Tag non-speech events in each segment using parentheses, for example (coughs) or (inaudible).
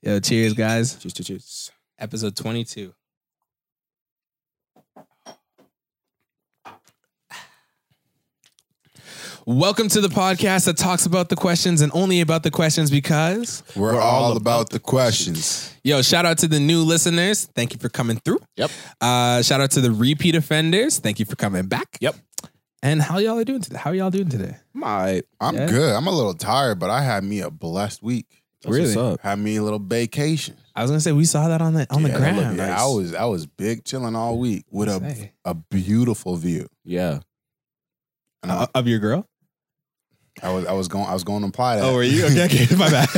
Yo, cheers, guys. Cheers, cheers, cheers. Episode 22. Welcome to the podcast that talks about the questions and only about the questions because, We're, all about the questions. yo, shout out to the new listeners. Thank you for coming through. Yep. Uh, shout out to the repeat offenders. Thank you for coming back. Yep. And how y'all are doing today? How y'all doing today? My, I'm Yeah. good. I'm a little tired, but I had me a blessed week. Really? Had me a little vacation I was gonna say we saw that on the Uh, on the Yeah, ground. look, yeah, I was I was big chilling all week with a, Say. a beautiful view. Yeah. And I, Uh, of your girl? Oh, I was I was going I was going to apply Oh, that. were you? Okay, (laughs) okay, (laughs) my bad.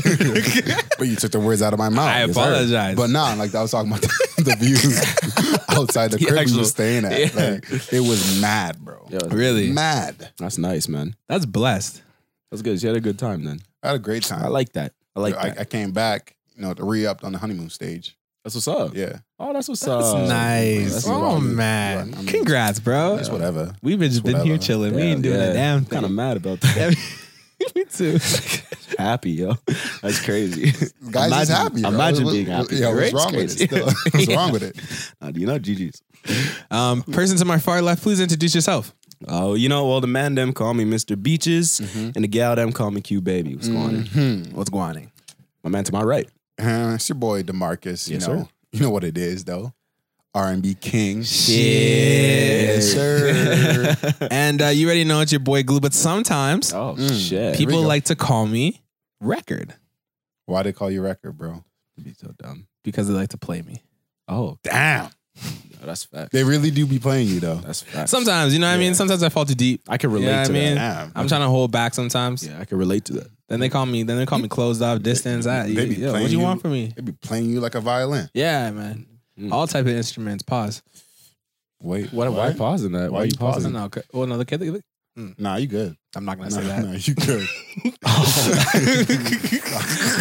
but you took the words out of my mouth. I Yes, sir. apologize. But nah, like I was talking about (laughs) the, the (laughs) view outside the The crib we actual- were staying at. Yeah. Like, it was mad, bro. really, Mad. That's nice, man. that's blessed. That's good. She had a good time then. I had a great time. I like that. I like I, that. I came back, you know, re upped on the honeymoon stage. that's what's up. Yeah. Oh, that's what's That's up. nice. That's what oh I mean. man, Yeah, I mean, congrats, bro. It's whatever. We've been just been here whatever. chilling. we ain't doing a damn thing. (laughs) Kind of mad about that. Me (laughs) too. (laughs) happy, yo. That's crazy. Guys imagine, is happy. bro. Imagine What- being what- happy. Yeah, Right? It's what's wrong with crazy. it? Still, (laughs) what's wrong with it? Uh, (laughs) you know, GG's. Um, person to my far left, please introduce yourself. Oh, you know, well, the man them call me Mr. Beaches, Mm. and the gal them call me Q Baby. What's going on? What's going on? My man to my right. Mm-hmm. Uh, it's your boy Demarcus. You Yes, know, sir. you know what it is though. R and B king. Yes, sir. (laughs) and uh, you already know it's your boy Glue, but sometimes Oh Mm. shit. people we go. like to call me Record Why they call you record, bro? be so dumb. because they like to play me. Oh, Damn. no, that's fact. They really do be playing you (laughs) though. That's fact. Sometimes, you know what I mean? Sometimes I fall too deep. I can relate Yeah, I to mean- that. Damn. I'm trying to hold back sometimes. Yeah, I can relate to that. Then they call me. Then they call me closed off, distance. I, They be yo, what playing you you- want from me? They be playing you like a violin. Yeah, man. Mm. All type of instruments. Pause. Wait, Why, why pausing that? Why you I pausing? don't know. Oh no, the kid. the- Nah, you good. I'm not gonna Nah, say that. (laughs) nah, you good.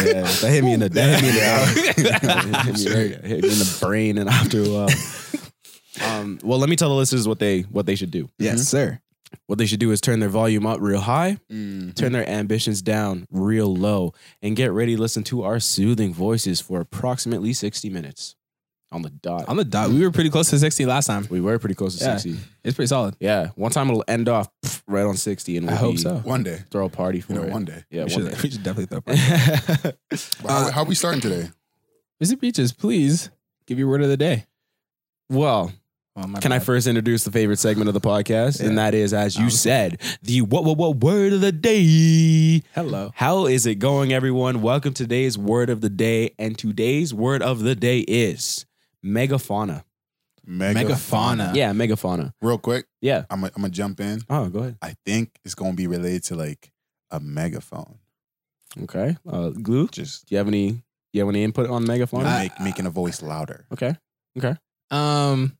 Yeah, that hit me in the uh, (laughs) that hit me in the hit, me, Straight. hit me in the brain, and after a while. Um, well, let me tell the listeners what they what they should do. (laughs) Yes, sir. What they should do is turn their volume up real high, Mm. turn their ambitions down real low, and get ready to listen to our soothing voices for approximately sixty minutes on the dot. On the dot, we were pretty close to 60 last time. we were pretty close to Yeah. sixty. It's pretty solid. Yeah, one time it'll end off pff, right on sixty, and I we'll hope be- so. (laughs) One day, Throw a party for you know, it. one day. we, Yeah, one should, day. we should definitely throw. a party. (laughs) well, How, how we starting today? Mr. Beaches, please give your word of the day. Oh, my can I bad. first introduce the favorite segment of the podcast? Yeah. And that is, as you Um, said, the what, what, what word of the day. Hello. How is it going, everyone? Welcome to today's word of the day. And today's word of the day is megafauna. Megafauna. Yeah, megafauna. Real quick, Yeah. I'm i I'm gonna jump in. Oh, go ahead. I think it's gonna be related to like a megaphone. Okay. Uh, Glue, do Just you have any? You have any input on megafauna? I- make, making a voice louder. okay. Um,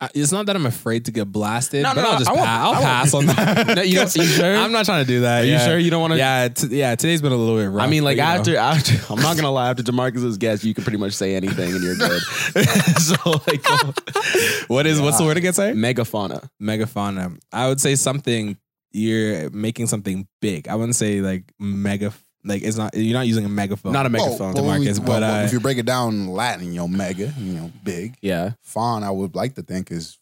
I- it's not that I'm afraid to get blasted. No, but no, I'll no, just I won't- pa- I'll I won't- pass on (laughs) that. No, you don't- you sure? I'm not trying to do that. Are yeah. you sure you don't want to? uh, Yeah, t- yeah. Today's been a little bit rough. I mean, like but, you know. after after (laughs) I'm not gonna lie, after Demarcus's guest, you can pretty much say anything and you're good. (laughs) so like (laughs) what is what's the word again? Say megafauna. megafauna. I would say something you're making something big. I wouldn't say like mega. Like it's not you're not using a megaphone. Not a Well, megaphone. well, Demarcus, well, but, well, uh, if you break it down in Latin, you know, mega, you know, big. yeah. Fawn, I would like to think is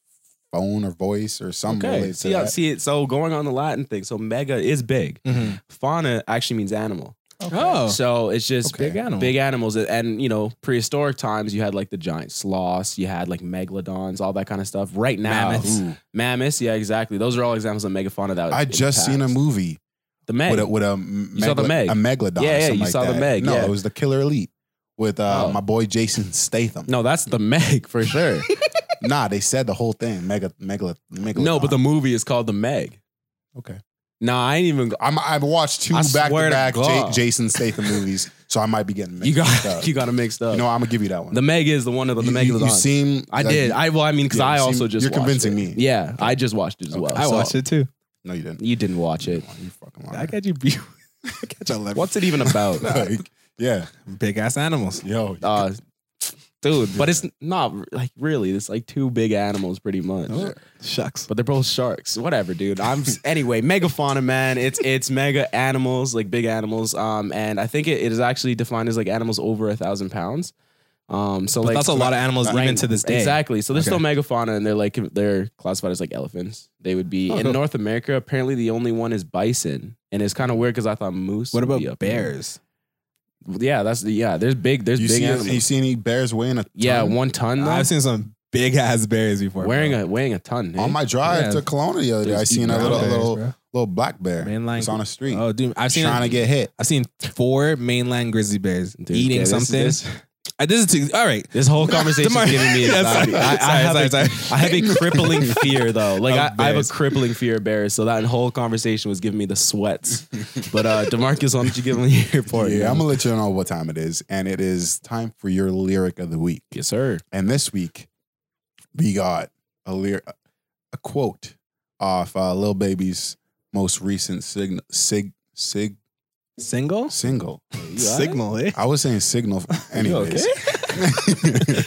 phone or voice or something Okay. related to See, I that. see it. So going on the Latin thing. So mega is big. Mhm. Fauna actually means animal. Oh, So it's just Okay. big animal. big animals. And, you know, prehistoric times, you had like the giant sloths, you had like megalodons, all that kind of stuff. Right now, Mammoths. Ooh. Mammoths, yeah, exactly. Those are all examples of megafauna that I in the just seen a past. movie The Meg. with a with a m- You saw the Meg. a megalodon. Yeah, or yeah, something you like saw the that. Meg, No, yeah. it was the Killer Elite with uh, Oh. my boy Jason Statham. no, that's the Meg for (laughs) sure. nah, they said the whole thing. Mega, megalo, megalodon. no, but the movie is called the Meg. okay. Nah, I ain't even. I'm, I've watched two I back swear to to back God. Jason Statham movies, so I might be getting You mixed got (laughs) up. you got to mixed up. You know, I'm gonna give you that one. the Meg is the one of the, the you, you, Megalodon. you seem. I like- did. I well, I mean, because Yeah, I you also seem- just you're watched convincing it. me. Yeah, I just watched it as well. I so- watched it too. No, (laughs) you didn't. You didn't watch it. You fucking I liar. got you. (laughs) Be- Catch a left. (laughs) What's it even about? like, yeah, (laughs) Ah, big ass animals. yo, uh, dude. But it's not like really. It's like two big animals, pretty much. Sure. Shucks. But they're both sharks. Whatever, dude. I'm (laughs) anyway. Megafauna, man. It's it's mega animals, like big animals. Um, and I think it, it is actually defined as like animals over a thousand pounds. Um, so But like that's a lot of animals Right. even to this day. Exactly. So there's Okay. still megafauna, and they're like they're classified as like elephants. They would be Oh, in cool. North America. Apparently, the only one is bison, and it's kind of weird because I thought moose. What would about be up there. bears? Yeah, that's the yeah. There's big. There's You big see, animals. you see any bears weighing a ton? yeah, one ton. Though, I've seen some big ass bears before. wearing bro. a weighing a ton. eh? on my drive Yeah. to Kelowna the other day, I There's seen a brown little bears, little bro. little black bear. Mainline- It's on a street. uh, Oh, dude, I've seen trying to get hit. I've seen four mainland grizzly bears Dude, eating yeah, this is- something. This, Uh, This is too, all right. (laughs) this whole conversation Tomorrow- is giving (laughs) me Yeah, anxiety. sorry, I, I sorry, have sorry, a- sorry. I (laughs) have a crippling fear though. Like I, Of I have a bears. crippling fear of bears. So that whole conversation was giving me the sweats. (laughs) But uh Demarcus, why don't you give me your report? Yeah, man? I'm gonna let you know what time it is, and it is time for your lyric of the week. yes, sir. And this week, we got a lyric, a quote off uh, Lil Baby's most recent signal, sig, sig, Single? single. Signal, eh? I was (laughs) saying signal, anyways. (laughs)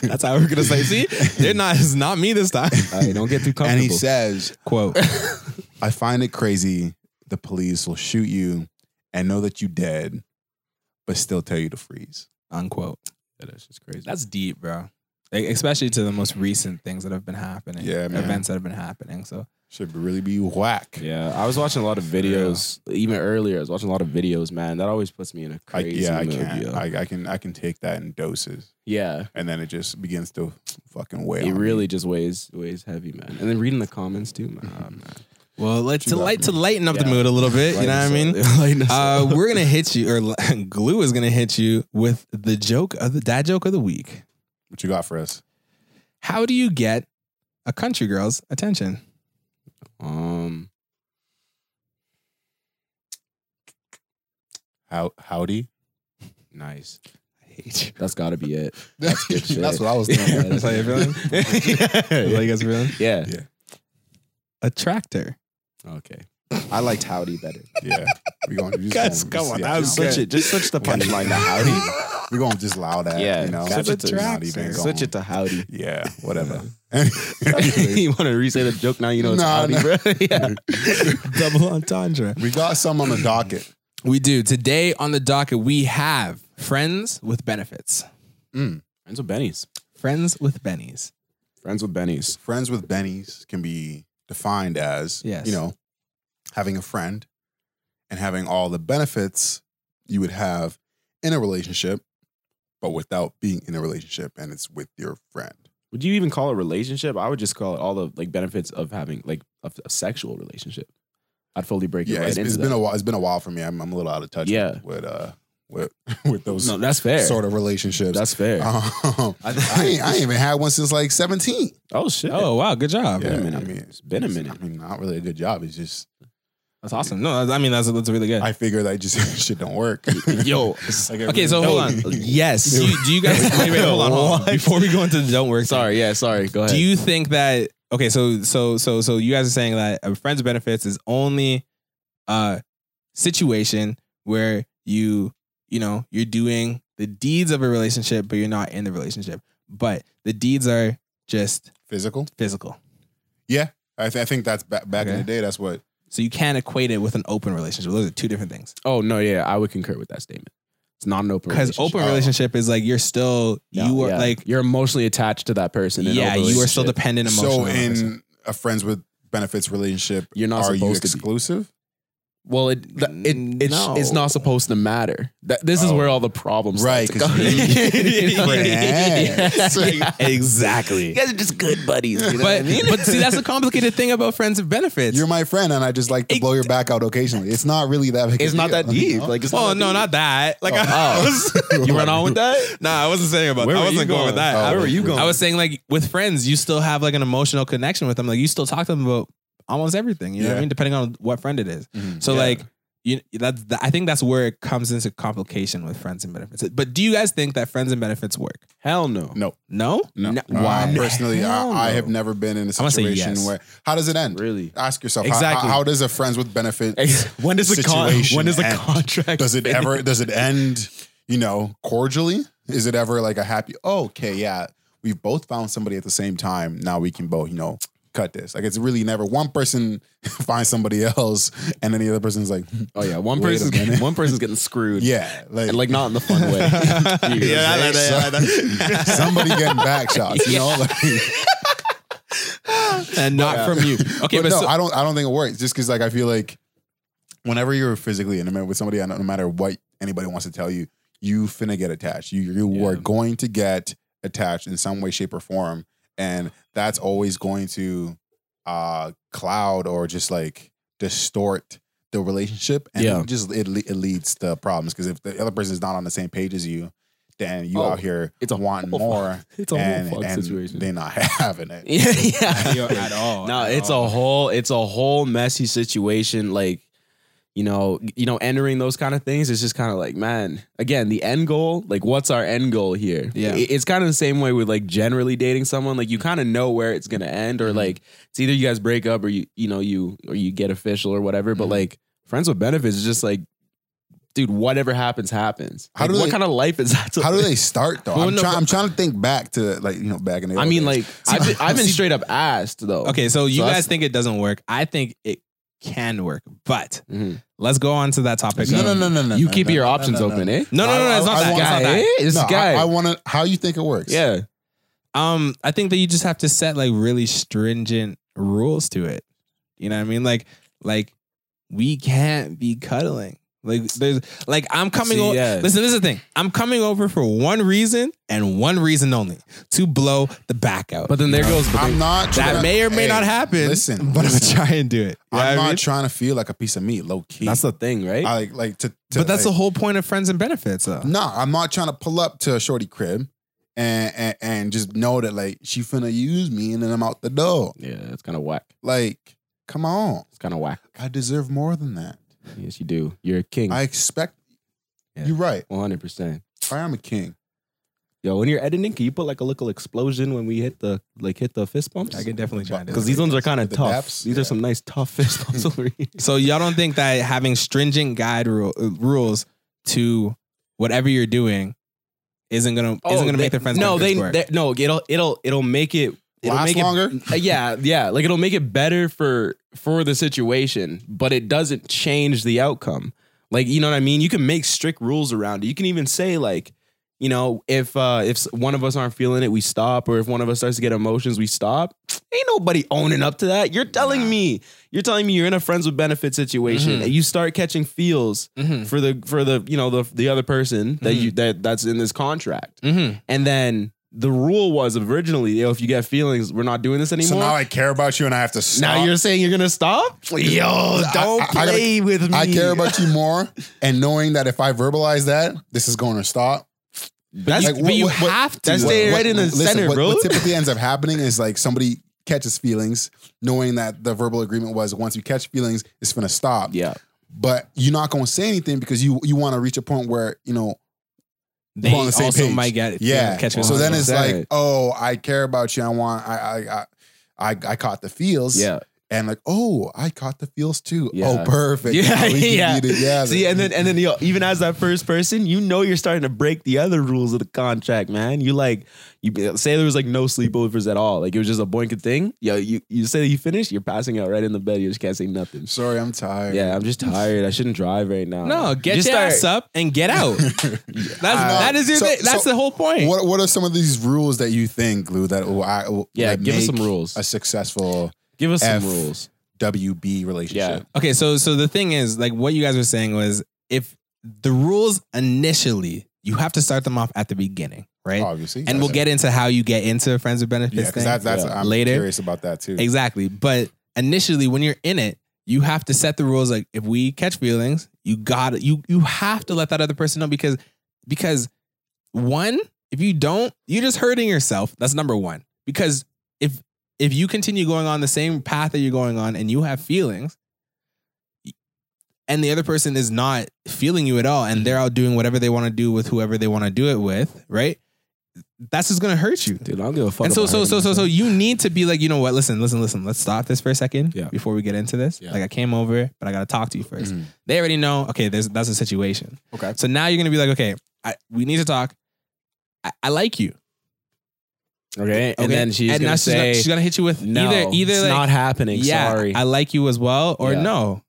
That's how we're gonna say. See, they're not. It's not me this time. All right, don't get too comfortable. and he says, Quote. "I find it crazy the police will shoot you and know that you dead, but still tell you to freeze." (laughs) Unquote. that's just crazy. That's deep, bro. Like, especially to the most recent things that have been happening. Yeah, man. Events that have been happening. So Should really be whack. yeah, I was watching a lot of videos even earlier. I was watching a lot of videos, man. That always puts me in a I, crazy yeah, I mood. can. yo. I, I can. I can take that in doses. yeah, and then it just begins to fucking weigh. it on really just weighs weighs heavy, man. And then reading the comments too, man. (laughs) well, let's to Chew that, light to man. lighten up the Yeah. mood a little bit. You know what I mean? (laughs) Uh, we're gonna hit you, or (laughs) Glue is gonna hit you with the joke of the dad joke of the week. me. What you got for us? How do you get a country girl's attention? um, How howdy? (laughs) nice. I hate you. (laughs) That's got to be it. That's, good shit. what I (laughs) was Yeah, thinking. That's that's how you feeling? Is that how you guys (laughs) feeling? Yeah. A tractor. Okay. I liked Howdy better. yeah, we going to just Guys, gonna- come on, yeah, that was just- good. Switch it. Just (laughs) switch the punchline (laughs) to Howdy. We're going to just allow that. Yeah, you know, switch it to- not even (laughs) going. Switch it to Howdy. (laughs) yeah, whatever. (laughs) you want to re-say the joke now? You know it's Nah, Howdy, nah. bro. yeah. Double entendre. (laughs) we got some on the docket. We do. Today on the docket, we have friends with benefits. Mm. Friends with Bennies. Friends with bennies. Friends with Bennies. Friends with bennies can be defined as Yes. you know having a friend and having all the benefits you would have in a relationship, but without being in a relationship, and it's with your friend. Would you even call it relationship? I would just call it all the like benefits of having like a, a sexual relationship. I'd fully break it yeah, right it's, into it's been that. a while. It's been a while for me. I'm, I'm a little out of touch. Yeah. with, with uh, with (laughs) with those no, that's fair. sort of relationships. That's fair. (laughs) Um, I- I ain't, I ain't even had one since like 17. oh shit. (laughs) Oh, wow. Good job. been a Yeah, minute. It's been a minute. I mean, not really a good job. It's just That's awesome. No, I mean, that's, that's really good. I figure that just (laughs) shit don't work. (laughs) Yo. Like, I okay, so really- hold on. (laughs) Yes. Do you, do you guys, wait, wait, hold on. Hold on. What? Before we go into the don't work, Sorry. Yeah. Sorry. Go ahead. Do you think that okay? So so so so you guys are saying that a friends with benefits is only a situation where you you know you're doing the deeds of a relationship, but you're not in the relationship. But the deeds are just (laughs) Physical. physical, I, th- I think that's ba- back in Okay. the day. That's what. so you can't equate it with an open relationship. Those are two different things. Oh no. Yeah. I would concur with that statement. It's not an open Because open Oh. relationship is like you're still you No, are yeah. like you're emotionally attached to that person. in yeah all you are still relationship. dependent So emotionally. on that person. in a friends with benefits relationship, You're not are you supposed to be. exclusive? Well, it, th- it it's, No. it's not supposed to matter. That this is Oh. where all the problems Right, start 'cause to (laughs) you- come. friends. exactly. guys are just good buddies. You but but see (laughs) that's the complicated thing about friends with benefits. You're my friend, and I just like to It- blow your back out occasionally. It's not really that. Big a it's not deal, that you deep. know? (laughs) Like, it's Oh not that no, deep. not that. Like Oh. I (laughs) (laughs) was, you run on with that. nah, I wasn't saying about. Where I were you wasn't going, with going? that. Oh, I, where were you I going? was saying like with friends, you still have like an emotional connection with them. Like you still talk to them about almost everything. You know what Yeah. I mean? Depending on what friend it is. Mhm. So Yeah. like you that's the, I think that's where it comes into complication with friends and benefits. But do you guys think that friends and benefits work? Hell no. no, No. no. Why? I personally, I, Hell I no. have never been in a gonna say situation yes. where. How does it end? Really. Ask yourself how- Exactly. How, how does a friends with benefits (laughs) when does situation when does the end? contract? does it finish? ever does it end you know cordially Is it ever like a happy? Oh, okay, yeah, we've both found somebody at the same time. Now we can both, you know, cut this. Like it's really never one person (laughs) finds somebody else, and then the other person's (laughs) like, hmm, Oh yeah, one Wait a person's getting, minute. one person's getting screwed. (laughs) yeah, like, and like not in the fun way. (laughs) (laughs) Yeah, I like that, I like that. somebody getting back (laughs) shots. You know, like. (laughs) and not Yeah. (laughs) from you. Okay, but, (laughs) no, so, I don't. I don't think it works. Just because, like, I feel like whenever you're physically intimate with somebody, I don't- no matter what anybody wants to tell you, you finna get attached. You you are Yeah. going to get attached in some way, shape, or form, and that's always going to uh cloud or just like distort the relationship, and Yeah. it just it le- it leads to problems because if the other person is not on the same page as you, then you Oh, out here it's a wanting whole fuck- more, (laughs) It's a and, whole fuck and situation. they're not (laughs) having it. (laughs) yeah, yeah. Yo, at all. No, at it's all. a whole it's a whole messy situation. Like, you know, you know, entering those kind of things is just kind of like, man, again, the end goal, like what's our end goal here? Yeah. I- It's kind of the same way with like generally dating someone. Like you kind of know where it's gonna end, or Mm-hmm. Mhm. like it's either you guys break up or you you know, you or you get official or whatever. But Mm-hmm. Mhm. like friends with benefits is just like Dude, whatever happens, happens. How Like, do what they- kind of life is (laughs) that? to How do live? they start though? Well, I'm, no, try- but- I'm trying to think back to like you know back in the. I old mean, days. like I've been, (laughs) I've been straight up asked though. Okay, so you So that's- guys think it doesn't work. I think it can work, but Mhm. let's go on to that topic. no, of- no, no, no, no. you no, keep no, your no, options no, no. open, eh? No, no, no, no, it's not I- I that. want It's not guy, that. eh? It's no, guy. I, I want to. How you think it works? yeah. Um, I think that you just have to set like really stringent rules to it. You know what I mean? Like, like we can't be cuddling. Like, there's like I'm coming See, over. yeah. Listen, this is the thing. I'm coming over for one reason and one reason only to blow the back out. But then You there know? goes. I'm not. that (laughs) tryna- may or may hey, not happen. Listen, but listen. I'm try and do it. You know I'm what I not mean? trying to feel like a piece of meat, low key. That's the thing, right? I like like to. to but that's the like, whole point of friends and benefits, though. Nah, I'm not trying to pull up to a shorty crib. And, and and just know that like she finna use me and then I'm out the door. yeah, it's kind of whack. Like, come on, It's kind of whack. I deserve more than that. Yes, you do. You're a king. I expect. Yeah. You're right. 100. percent I am a king. Yo, when you're editing, can you put like a little explosion when we hit the like hit the fist bumps? I can definitely try and do Because it. these ones are kind of The tough. daps? these Yeah. are some nice tough fist bumps (laughs) over here. So y'all don't think that having stringent guide rule, uh, rules to whatever you're doing isn't gonna isn't gonna make their friends No, Oh, they, benefits work. they- no. It'll it'll it'll make it. It'll Last make longer? It, uh, (laughs) yeah, yeah. Like it'll make it better for for the situation, but it doesn't change the outcome. Like you know what I mean. You can make strict rules around it. You can even say like, you know, if uh if s- one of us aren't feeling it, we stop. Or if one of us starts to get emotions, we stop. Ain't nobody owning up to that. You're telling Nah. me. You're telling me you're in a friends with benefits situation, Mhm. and you start catching feels Mhm. for the for the you know the the other person that Mhm. you that that's in this contract. Mhm. And then the rule was originally, yo, if you get feelings, we're not doing this So anymore. now now, I care about you and I have to stop. you're saying you're gonna stop? Yo, don't I- I gotta- play with me. I care about (laughs) you more, and knowing that if I verbalize that, this is going to stop. That's Like, but you have to. That's stay right in the center, what, bro. What typically (laughs) ends up happening is like somebody catches feelings, knowing that the verbal agreement was once you catch feelings, it's gonna stop. yeah. But you're not gonna say anything because you you want to reach a point where you know They we're on the same also page. might get yeah. catch so then feelings. it's 100%. like oh I care about you. I want I I I I, I caught the feels. Yeah. And like oh I caught the feels too. Yeah. Oh perfect. Yeah, (laughs) Now we can yeah. be together. See, and then and then yo, even as that first person, you know you're starting to break the other rules of the contract, man. You like you say there was like no sleepovers at all. Like it was just a boinking thing. Yo, you you say that you finish, you're passing out right in the bed. You just can't say nothing. sorry I'm tired. Yeah, I'm just tired. I shouldn't drive right now. no, get Just your start- ass up and get out. That's that is your so- thing. that's so the whole point. What What are some of these rules that you think, Lou? That will, I, will Yeah, like, give us some make rules. A successful Give us F. some rules. WB relationship. Okay, so so the thing is, like what you guys were saying was if the rules initially, you have to start them off at the beginning, right? Obviously, and we'll get into how you get into a friends with benefits Oh, yeah, thing because that's that's Yeah. I'm later. curious about that too. Exactly. But initially, when you're in it, you have to set the rules. Like if we catch feelings, you got you you have to let that other person know because because one, if you don't, you're just hurting yourself. That's number one. Because if if you continue going on the same path that you're going on and you have feelings and the other person is not feeling you at all and they're out doing whatever they want to do with whoever they want to do it with, right? That's just gonna hurt you. Dude, I don't give a fuck. And so, about so, hurting so, so, so, myself. you need to be like, you know what? Listen, listen, listen. Let's stop this for a second Yeah. before we get into this. Yeah. Mm-hmm. Like, I came over, but I got to talk to you 1st Mhm. They already know. Okay, there's that's a situation. Okay. So now you're gonna be like, okay, I, we need to talk. I, I like you. Okay. And then she's And now gonna gonna- say, she's gonna hit you with no, either either it's like not happening. yeah, Sorry. I like you as well, or Yeah. no.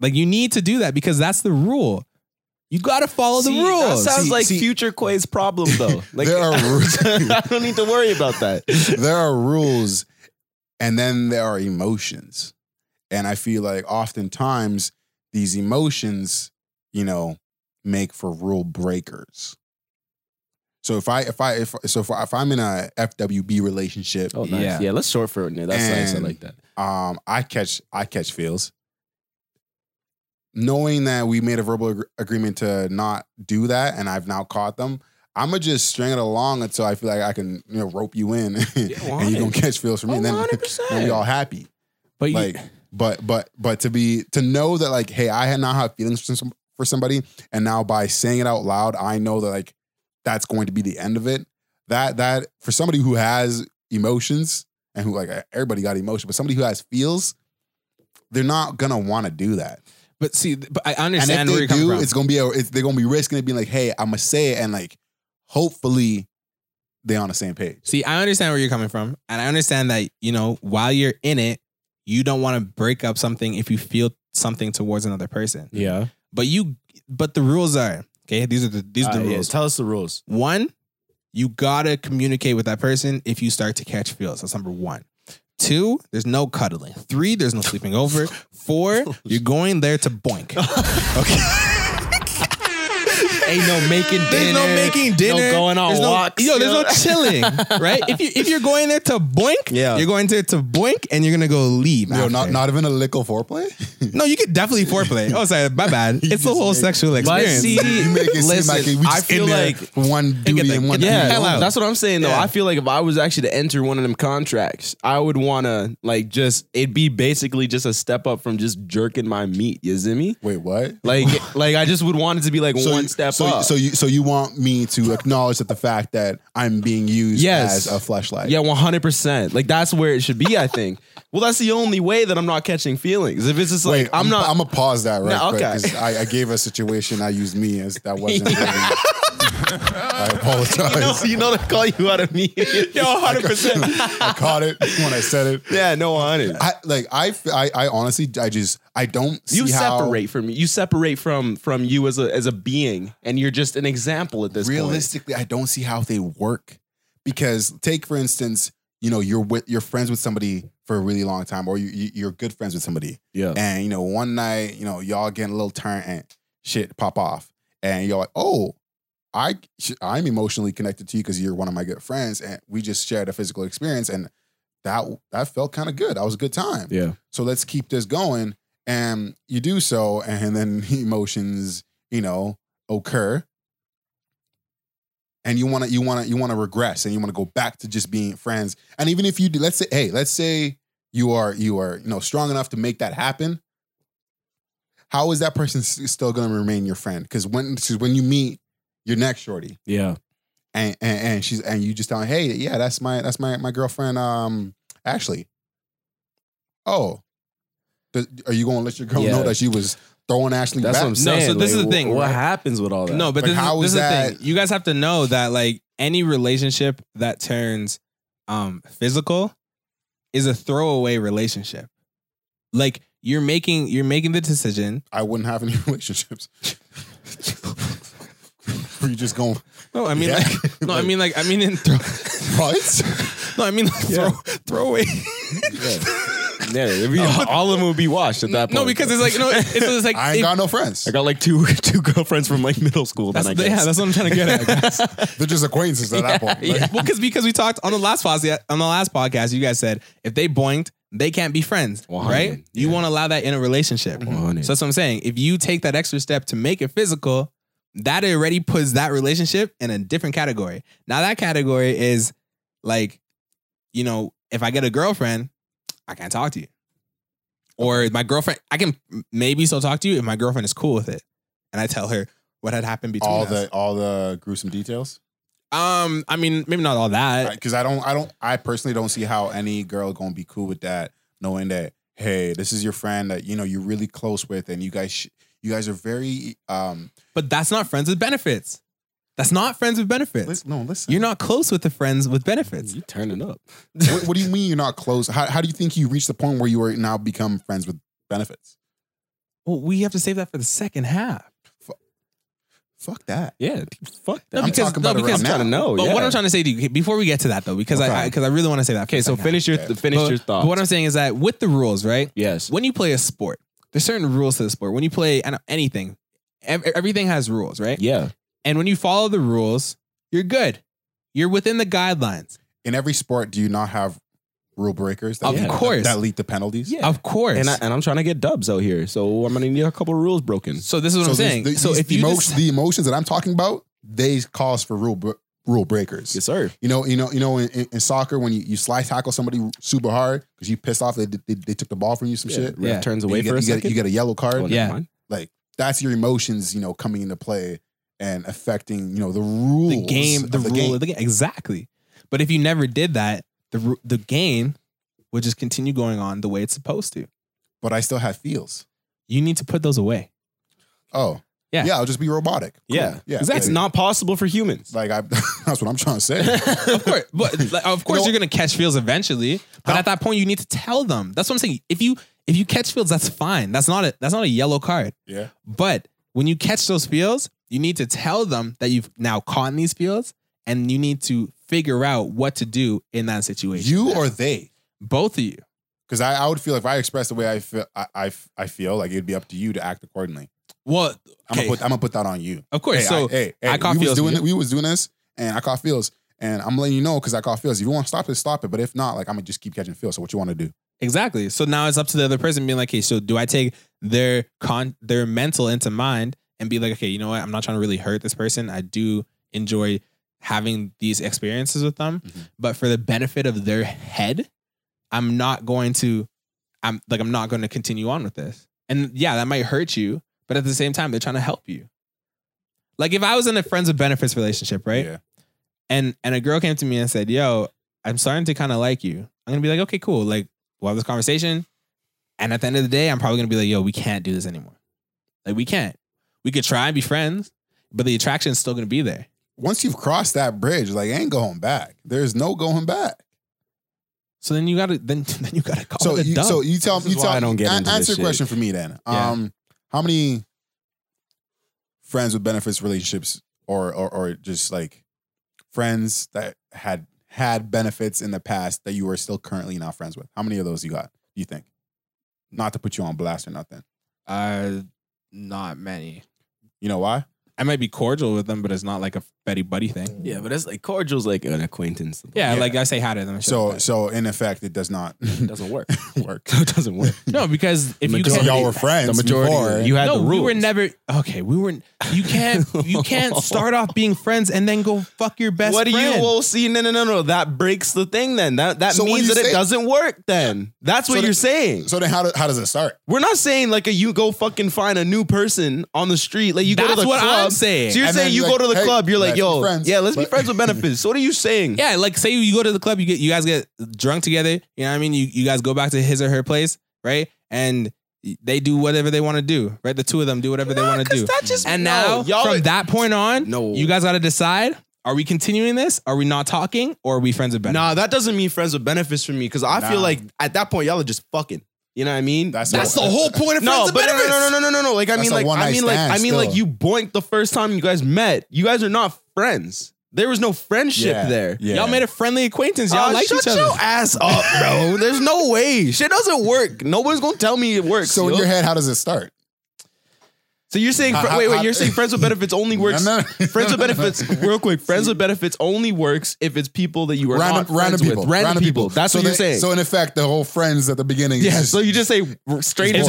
Like you need to do that because that's the rule. You gotta follow the rules. That sounds See- like see- future Quay's problem, (laughs) though. Like, (laughs) There are rules. I don't need to worry about that. there are rules and then there are emotions. And I feel like oftentimes these emotions, you know, make for rule breakers. So if I if I if so if, I, if I'm in a FWB relationship, Oh, nice. Yeah. Yeah, let's short for it. Nick. That's nice. I And- like that. um, I catch I catch feels. Knowing that we made a verbal ag- agreement to not do that, and I've now caught them, I'm gonna just string it along until I feel like I can, you know, rope you in, (laughs) and why? you're gonna catch feels Oh, from me, and then, 100%. then we all happy. but you, Like, but but but to be to know that like, hey, I had not have feelings for some for somebody, and now by saying it out loud, I know that like that's going to be the end of it. That that for somebody who has emotions and who like e, everybody got emotion, but somebody who has feels, they're not gonna want to do that. but see, but I And understand if where you're they coming do, from. it's gonna be a, it's, they're gonna be risking it being like, hey, I'm gonna say it, and like hopefully they're on the same page. See, I understand where you're coming from, and I understand that you know while you're in it, you don't want to break up something if you feel something towards another person. Yeah. But you, but the rules are okay. These are the these are the Uh, yeah, rules. Tell us the rules. One, you gotta communicate with that person if you start to catch feels. That's number one. Two, there's no cuddling. Three, there's no sleeping over. Four, you're going there to boink. Ain't no making dinner. There's no making dinner. No going on there's no, walks. Yo, (laughs) there's yo. no chilling, right? If you if you're going there to boink, Yeah. you're going there to boink, and you're gonna go leave. Yo, not after. not even a lickle foreplay. (laughs) no, you could definitely foreplay. Oh, sorry, my bad. It's the just whole make- sexual But experience. (laughs) see, you make it listen, seem like we just I feel in there like for one get duty the- and one get the thing. hell Yeah, out. that's what I'm saying though. Yeah. I feel like if I was actually to enter one of them contracts, I would want to like just it'd be basically just a step up from just jerking my meat. You see me? Wait, what? (laughs) Like, like I just would want it to be like one you- step so, up. So you so you want me to acknowledge that the fact that I'm being used Yes. as a flashlight. yeah, one hundred percent. Like that's where it should be. I think. well, that's the only way that I'm not catching feelings. If it's just like Wait, I'm, not, I'm gonna pause that right No, quick okay. 'cause I, I gave a situation. I used me as that wasn't. (laughs) really- I apologize. (laughs) you know to call you out of (laughs) me. Yo, hundred percent. I caught it when I said it. (laughs) Yeah, no, hundred. I like I, f- I- I honestly I just I don't see You how separate from you separate from from you as a as a being, and you're just an example at this point. realistically i don't see how they work because take for instance you know you're with you're friends with somebody for a really long time or you, you you're good friends with somebody Yeah. and you know one night you know y'all getting a little turn and shit pop off and you're like oh i sh- i'm emotionally connected to you because you're one of my good friends and we just shared a physical experience and that that felt kind of good that was a good time Yeah. so let's keep this going and you do so and then (laughs) emotions you know occur and you want to you want to you want to regress and you want to go back to just being friends and even if you do let's say hey let's say you are you are you know strong enough to make that happen how is that person s- still going to remain your friend because when 'cause when you meet your next shorty Yeah. and, and and she's and you just tell her, hey, yeah, that's my that's my my girlfriend, um, Ashley. Oh, Th- are you going to let your girl Yeah. know that she was throwing Ashley That's back? what I'm No, saying. so this is the wh- thing, What right? happens with all that? No, but Like, this, how is, is this is the that- thing. You guys have to know that like any relationship that turns um physical is a throwaway relationship. Like you're making you're making the decision. I wouldn't have any (laughs) relationships. Were you just going? No, I mean yeah? like no, I mean like I mean in throw (laughs) (laughs) what? no, I mean like Yeah. throw throwaway. (laughs) yeah, it'd be- all of them would be washed at that point. No, because it's like no, it's, it's like (laughs) I ain't if- got no friends. I got like two (laughs) two girlfriends from like middle school. that's then I the- guess. yeah, that's what I'm trying to get at. guys. They're just acquaintances at that point. Like, Well, because because we talked on the last podcast, on the last podcast, you guys said if they boinked, they can't be friends, 100, right? You yeah. won't allow that in a relationship. 100. Mm-hmm. So that's what I'm saying. If you take that extra step to make it physical, that already puts that relationship in a different category. Now that category is like, you know, if I get a girlfriend, I can't talk to you. Or my girlfriend, I can maybe still talk to you if my girlfriend is cool with it, and I tell her what had happened between all us. the all the gruesome details. um, I mean, maybe not all that. because I don't, I don't, I personally don't see how any girl gonna be cool with that, knowing that hey, this is your friend that you know you're really close with, and you guys, sh- you guys are very, um, But that's not friends with benefits. That's not friends with benefits. Lis- No, listen. You're not close with the friends with benefits. You turning up. what, what do you mean you're not close? How, how do you think you reached the point where you are now become friends with benefits? Well, we have to save that for the second half. Fuck that. Yeah. Fuck that. No, because- I'm talking about no, it because- right trying to now. know. but Oh, yeah. what I'm trying to say to you before we get to that though, because Okay. I because I, really want to say that. Okay, so finish your Okay. finish your But- But thoughts. what I'm saying is that with the rules, right? yes. When you play a sport, there's certain rules to the sport. When you play I don't- anything, ev- e, everything has rules, right? Yeah. And when you follow the rules, you're good. You're within the guidelines. In every sport, do you not have rule breakers? Of course. That, lead to penalties? Yeah. Of course. And I, and I'm trying to get dubs out here, so I'm gonna need a couple rules broken. so this is what I'm these- saying. these- so these if you emotions, just- the emotions that I'm talking about, they cause for rule br- rule breakers. Yes, sir. You know, you know, you know. In, in- in soccer, when you, you slide tackle somebody super hard because you pissed off, they, they they took the ball from you, some Ref shit. Yeah. turns and away you, for get, a you, second. get, you get a yellow card. Oh, never Yeah. mind. Like that's your emotions, you know, coming into play and affecting, you know, the rules, the game, of the, rule of the game. Exactly. But if you never did that, the ru- the game would just continue going on the way it's supposed to. But I still have feels. You need to put those away. Oh, Yeah. yeah. I'll just be robotic. Cool. Yeah. yeah. It's Like, not possible for humans. like I. (laughs) that's what I'm trying to say. Of (laughs) of course, (laughs) but like, of course know- you're gonna catch fields eventually. But How- at that point, you need to tell them. That's what I'm saying. If you if you catch fields, that's fine. That's not a that's not a yellow card. yeah. But when you catch those fields, you need to tell them that you've now caught these fields, and you need to figure out what to do in that situation. You or they. both of you. Because I, I would feel if I express the way I feel, I, I, I feel like it'd be up to you to act accordingly. Well, I'm Okay. gonna put I'm gonna put that on you. of course. hey, so I, hey, hey, I caught we was feels, doing man. it, we was doing this, and I caught feels, and I'm letting you know because I caught feels. If you want to stop it, stop it. But if not, like I'm gonna just keep catching feels. So what you want to do? Exactly. So now it's up to the other person being like, okay, so do I take their con their mental into mind and be like, okay, you know what? I'm not trying to really hurt this person. I do enjoy having these experiences with them, Mhm. but for the benefit of their head, I'm not going to I'm like I'm not going to continue on with this. And yeah, that might hurt you, but at the same time, they're trying to help you. Like if I was in a friends with benefits relationship, right? Yeah. and and a girl came to me and said, "Yo, I'm starting to kind of like you." I'm gonna be like, "Okay, cool." Like we'll have this conversation, and at the end of the day, I'm probably gonna be like, "Yo, we can't do this anymore. Like we can't. We could try and be friends, but the attraction is still gonna be there." Once you've crossed that bridge, like ain't going back. There's no going back. So then you gotta then (laughs) then you gotta call Oh, so it a you, dub. so you tell This you is why tell I don't get a- into this answer a shit. question for me then. Yeah. Um, how many friends with benefits relationships or, or or just like friends that had had benefits in the past that you are still currently not friends with? How many of those you got? Do you think? Not to put you on blast or nothing. uh, not many. You know why? I might be cordial with them, but it's not like a buddy buddy thing. Yeah, but that's like cordial's like an acquaintance. Yeah, Yeah. like I say hi to them. and shit So like that. so in effect, it does not It (laughs) doesn't work. work. it doesn't work. no, because if you Majority- can't, (laughs) y'all were friends The majority before. you had no, the rules. we were never okay. We were you can't you can't start off being friends and then go fuck your best what do friend. you well see no no no no that breaks the thing then that that So what means you that it say- doesn't work then that's So what the- you're saying so then how do, how does it start? we're not saying like a you go fucking find a new person on the street like you go to That's the what I'm club saying. so you're And then saying you you're go to like, the hey, club you're like let's be yo friends. yeah let's be But- friends with benefits so what are you (laughs) saying Yeah, like say you go to the club, you get you guys get drunk together. You know what I mean? You you guys go back to his or her place, right? And they do whatever they want to do, right? The two of them do whatever they want to do. that just And no, now from that point on, No. you guys got to decide: Are we continuing this? Are we not talking? Or are we friends with benefits? Nah, that doesn't mean friends with benefits for me because I feel Nah. like at that point y'all are just fucking. You know what I mean? That's That's the whole point of no, friends with but no, no, benefits. no, no, no, no, no. Like I That's mean, a like I one-night mean, like I stand mean, like still. you boinked the first time you guys met. You guys are not friends. There was no friendship Yeah, there. yeah. Y'all made a friendly acquaintance. Y'all Uh, like shut each other. your ass up, (laughs) bro. There's no way. Shit doesn't work. Nobody's gonna tell me it works. So yo. in your head, how does it start? so you're saying How- fr- how- wait, wait. how- You're saying friends with benefits (laughs) only works. No, no. Friends with (laughs) benefits, real quick. Friends with benefits only works if it's people that you are random, not friends random people. with. Random, people. That's so what you're they- saying. So in effect, the whole friends at the beginning. Yeah, is so you just say strangers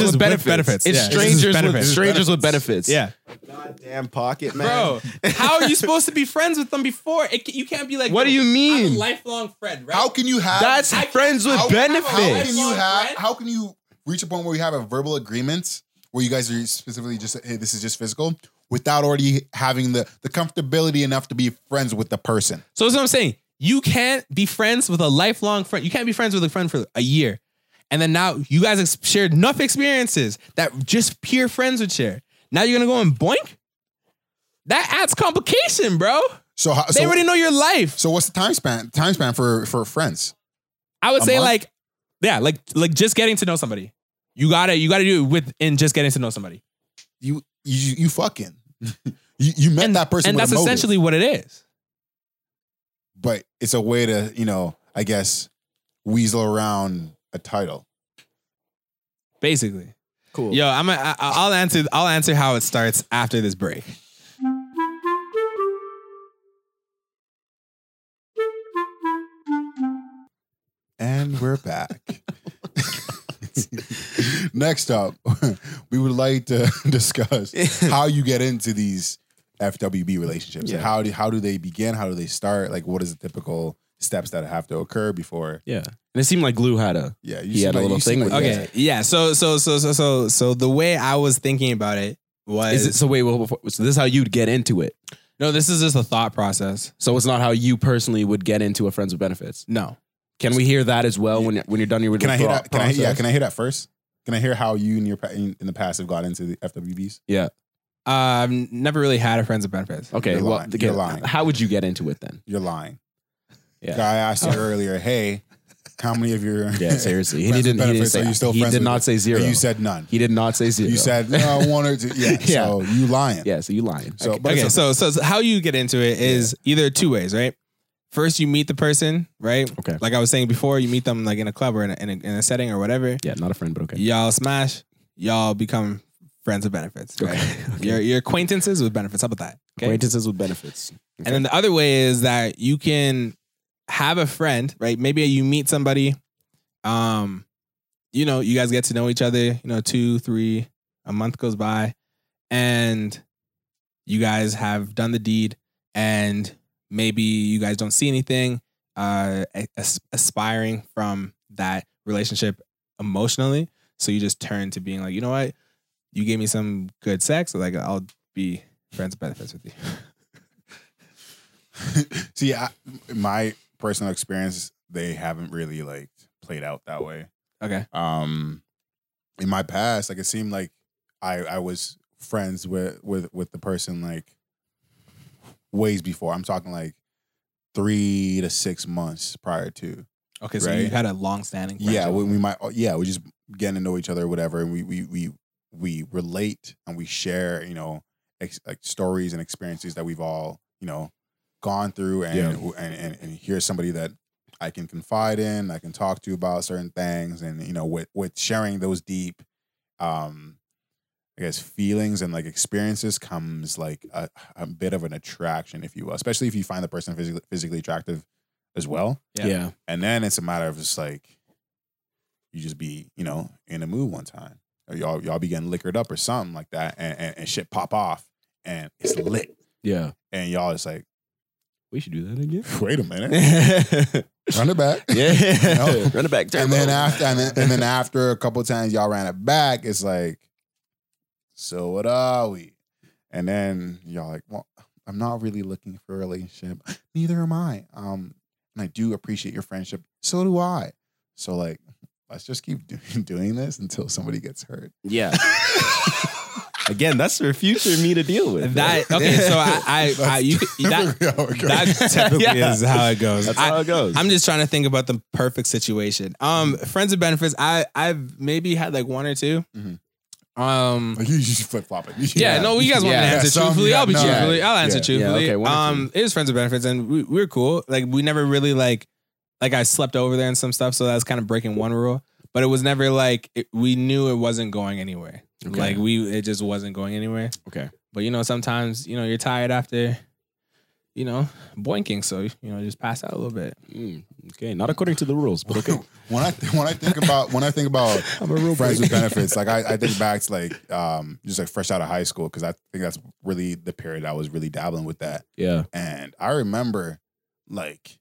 It's just with with benefits. benefits, It's yeah. It's just strangers with benefits. strangers with benefits. Yeah, Goddamn pocket, (laughs) bro. How are you supposed to be friends with them before? It, you can't be like. What do "Yo, you I'm a mean? lifelong friend, right? how can you have That's I- friends with how- how, How benefits. can you have? Friend? How can you reach a point where you have a verbal agreement where you guys are specifically just hey, this is just physical without already having the the comfortability enough to be friends with the person. So that's what I'm saying. You can't be friends with a lifelong friend. You can't be friends with a friend for a year. And then now you guys ex- shared enough experiences that just pure friends would share. Now you're gonna go and boink? That adds complication, bro. So how, they so, already know your life. so what's the time span? Time span for for friends? I would A say month? like, yeah, like like just getting to know somebody. You gotta you gotta do it within just getting to know somebody, You you you fucking (laughs) you, you met that person and with that's a motive, essentially what it is. but it's a way to you know I guess weasel around a title. Basically, Cool. yo, I'm a, I, am i will answer I'll answer how it starts after this break. And we're back. (laughs) Next up, (laughs) we would like to (laughs) (laughs) discuss how you get into these FWB relationships. Yeah. How do how do they begin? How do they start? Like, what is the typical steps that have to occur before? Yeah. And it seemed like Glue had a. Yeah, you He seem had a like- little you seem thing like with you it. guys- Okay, yeah. So so so so so so the way I was thinking about it was Is it so? Wait, well, before- so this is how you'd get into it. no, this is just a thought process. So it's not how you personally would get into a friends with benefits. No, Can we hear that as well when when you're done your Can I hear thought that? Can I, yeah, process? can I hear that first? Can I hear how you and your pa- in, in the past have got into the FWBs? uh, I've never really had a friends with benefits. Okay, You're well, lying. the- You're lying. how would you get into it (laughs) then? You're lying. Yeah. I asked (laughs) you earlier. Hey, how many of your (laughs) Yeah, seriously. He didn't. He Friends with didn't benefits, say. are you still he friends did with not it? say zero. You said none. he did not say zero. You said no, one or two. (laughs) Yeah, Yeah. So you lying. yeah. So you lying. So, but okay, it's so, so so how you get into it is either two ways, right? First, you meet the person, right? Okay. Like I was saying before, you meet them like in a club or in a, in a, in a setting or whatever. Yeah, not a friend, but okay. Y'all smash. Y'all become friends of benefits. (laughs) Right? Okay. Your your acquaintances with benefits. How about that? Okay. Acquaintances with benefits. And then the other way is that you can have a friend, right? Maybe you meet somebody, um, you know, you guys get to know each other, you know, two, three, a month goes by, and you guys have done the deed, and maybe you guys don't see anything uh as- aspiring from that relationship emotionally. So you just turn to being like, you know what, you gave me some good sex, like I'll be friends with benefits with you. (laughs) (laughs) See, I, my personal experience, they haven't really like played out that way. Okay. Um, in my past, like it seemed like I I was friends with with with the person like ways before. I'm talking like three to six months prior to. Okay, so you right? had a long standing Yeah, we, we might. oh, Yeah, we just getting to know each other, or whatever, and we we we we relate and we share, you know, ex, like stories and experiences that we've all, you know, gone through, and, and and and here's somebody that I can confide in, I can talk to about certain things, and you know, with with sharing those deep, um, I guess feelings and like experiences comes like a, a bit of an attraction, if you will, especially if you find the person physically physically attractive as well. Yeah. yeah. And then it's a matter of just like you just be, you know, in the mood one time. Or y'all y'all be getting liquored up or something like that and, and, and shit pop off and it's lit. Yeah. And y'all is like, (laughs) We should do that (laughs) again. wait a minute, yeah. (laughs) run it back. (laughs) No. Run it back. And then turbo. after and then, and then after a couple times y'all ran it back, it's like, so what are we? And then y'all like, well, I'm not really looking for a relationship. Neither am I. Um, and I do appreciate your friendship. So do I. So like, let's just keep do- (laughs) doing this until somebody gets hurt. Yeah. (laughs) Again, that's for future me to deal (laughs) with. That right? okay, so I I, I you could- (laughs) that Typically how (laughs) it goes. that (laughs) typically Yeah. is how it goes. (laughs) that's I, how it goes. I'm just trying to think about the perfect situation. Um, friends of benefits. I I've maybe had like one or 2 Mhm. Um, Like, you just flip flop (laughs) it. Yeah, no, you guys want me Yeah. to answer Some- truthfully. yeah, I'll be no. truthfully. I'll answer Yeah. Yeah, truthfully. okay, one or um, it is friends with benefits, and we, we were cool. Like we never really like, like I slept over there and some stuff, so that's kind of breaking one rule. But it was never like it, we knew it wasn't going anywhere. Okay. Like we, it just wasn't going anywhere. Okay. But you know, sometimes you know you're tired after, you know, boinking, so you know just pass out a little bit. Mm, okay, not according to the rules, but okay. when I when I think about when I think about (laughs) I'm a real friends with benefits. Like I, I think back to like um just like fresh out of high school because I think that's really the period I was really dabbling with that. (laughs) Yeah. And I remember like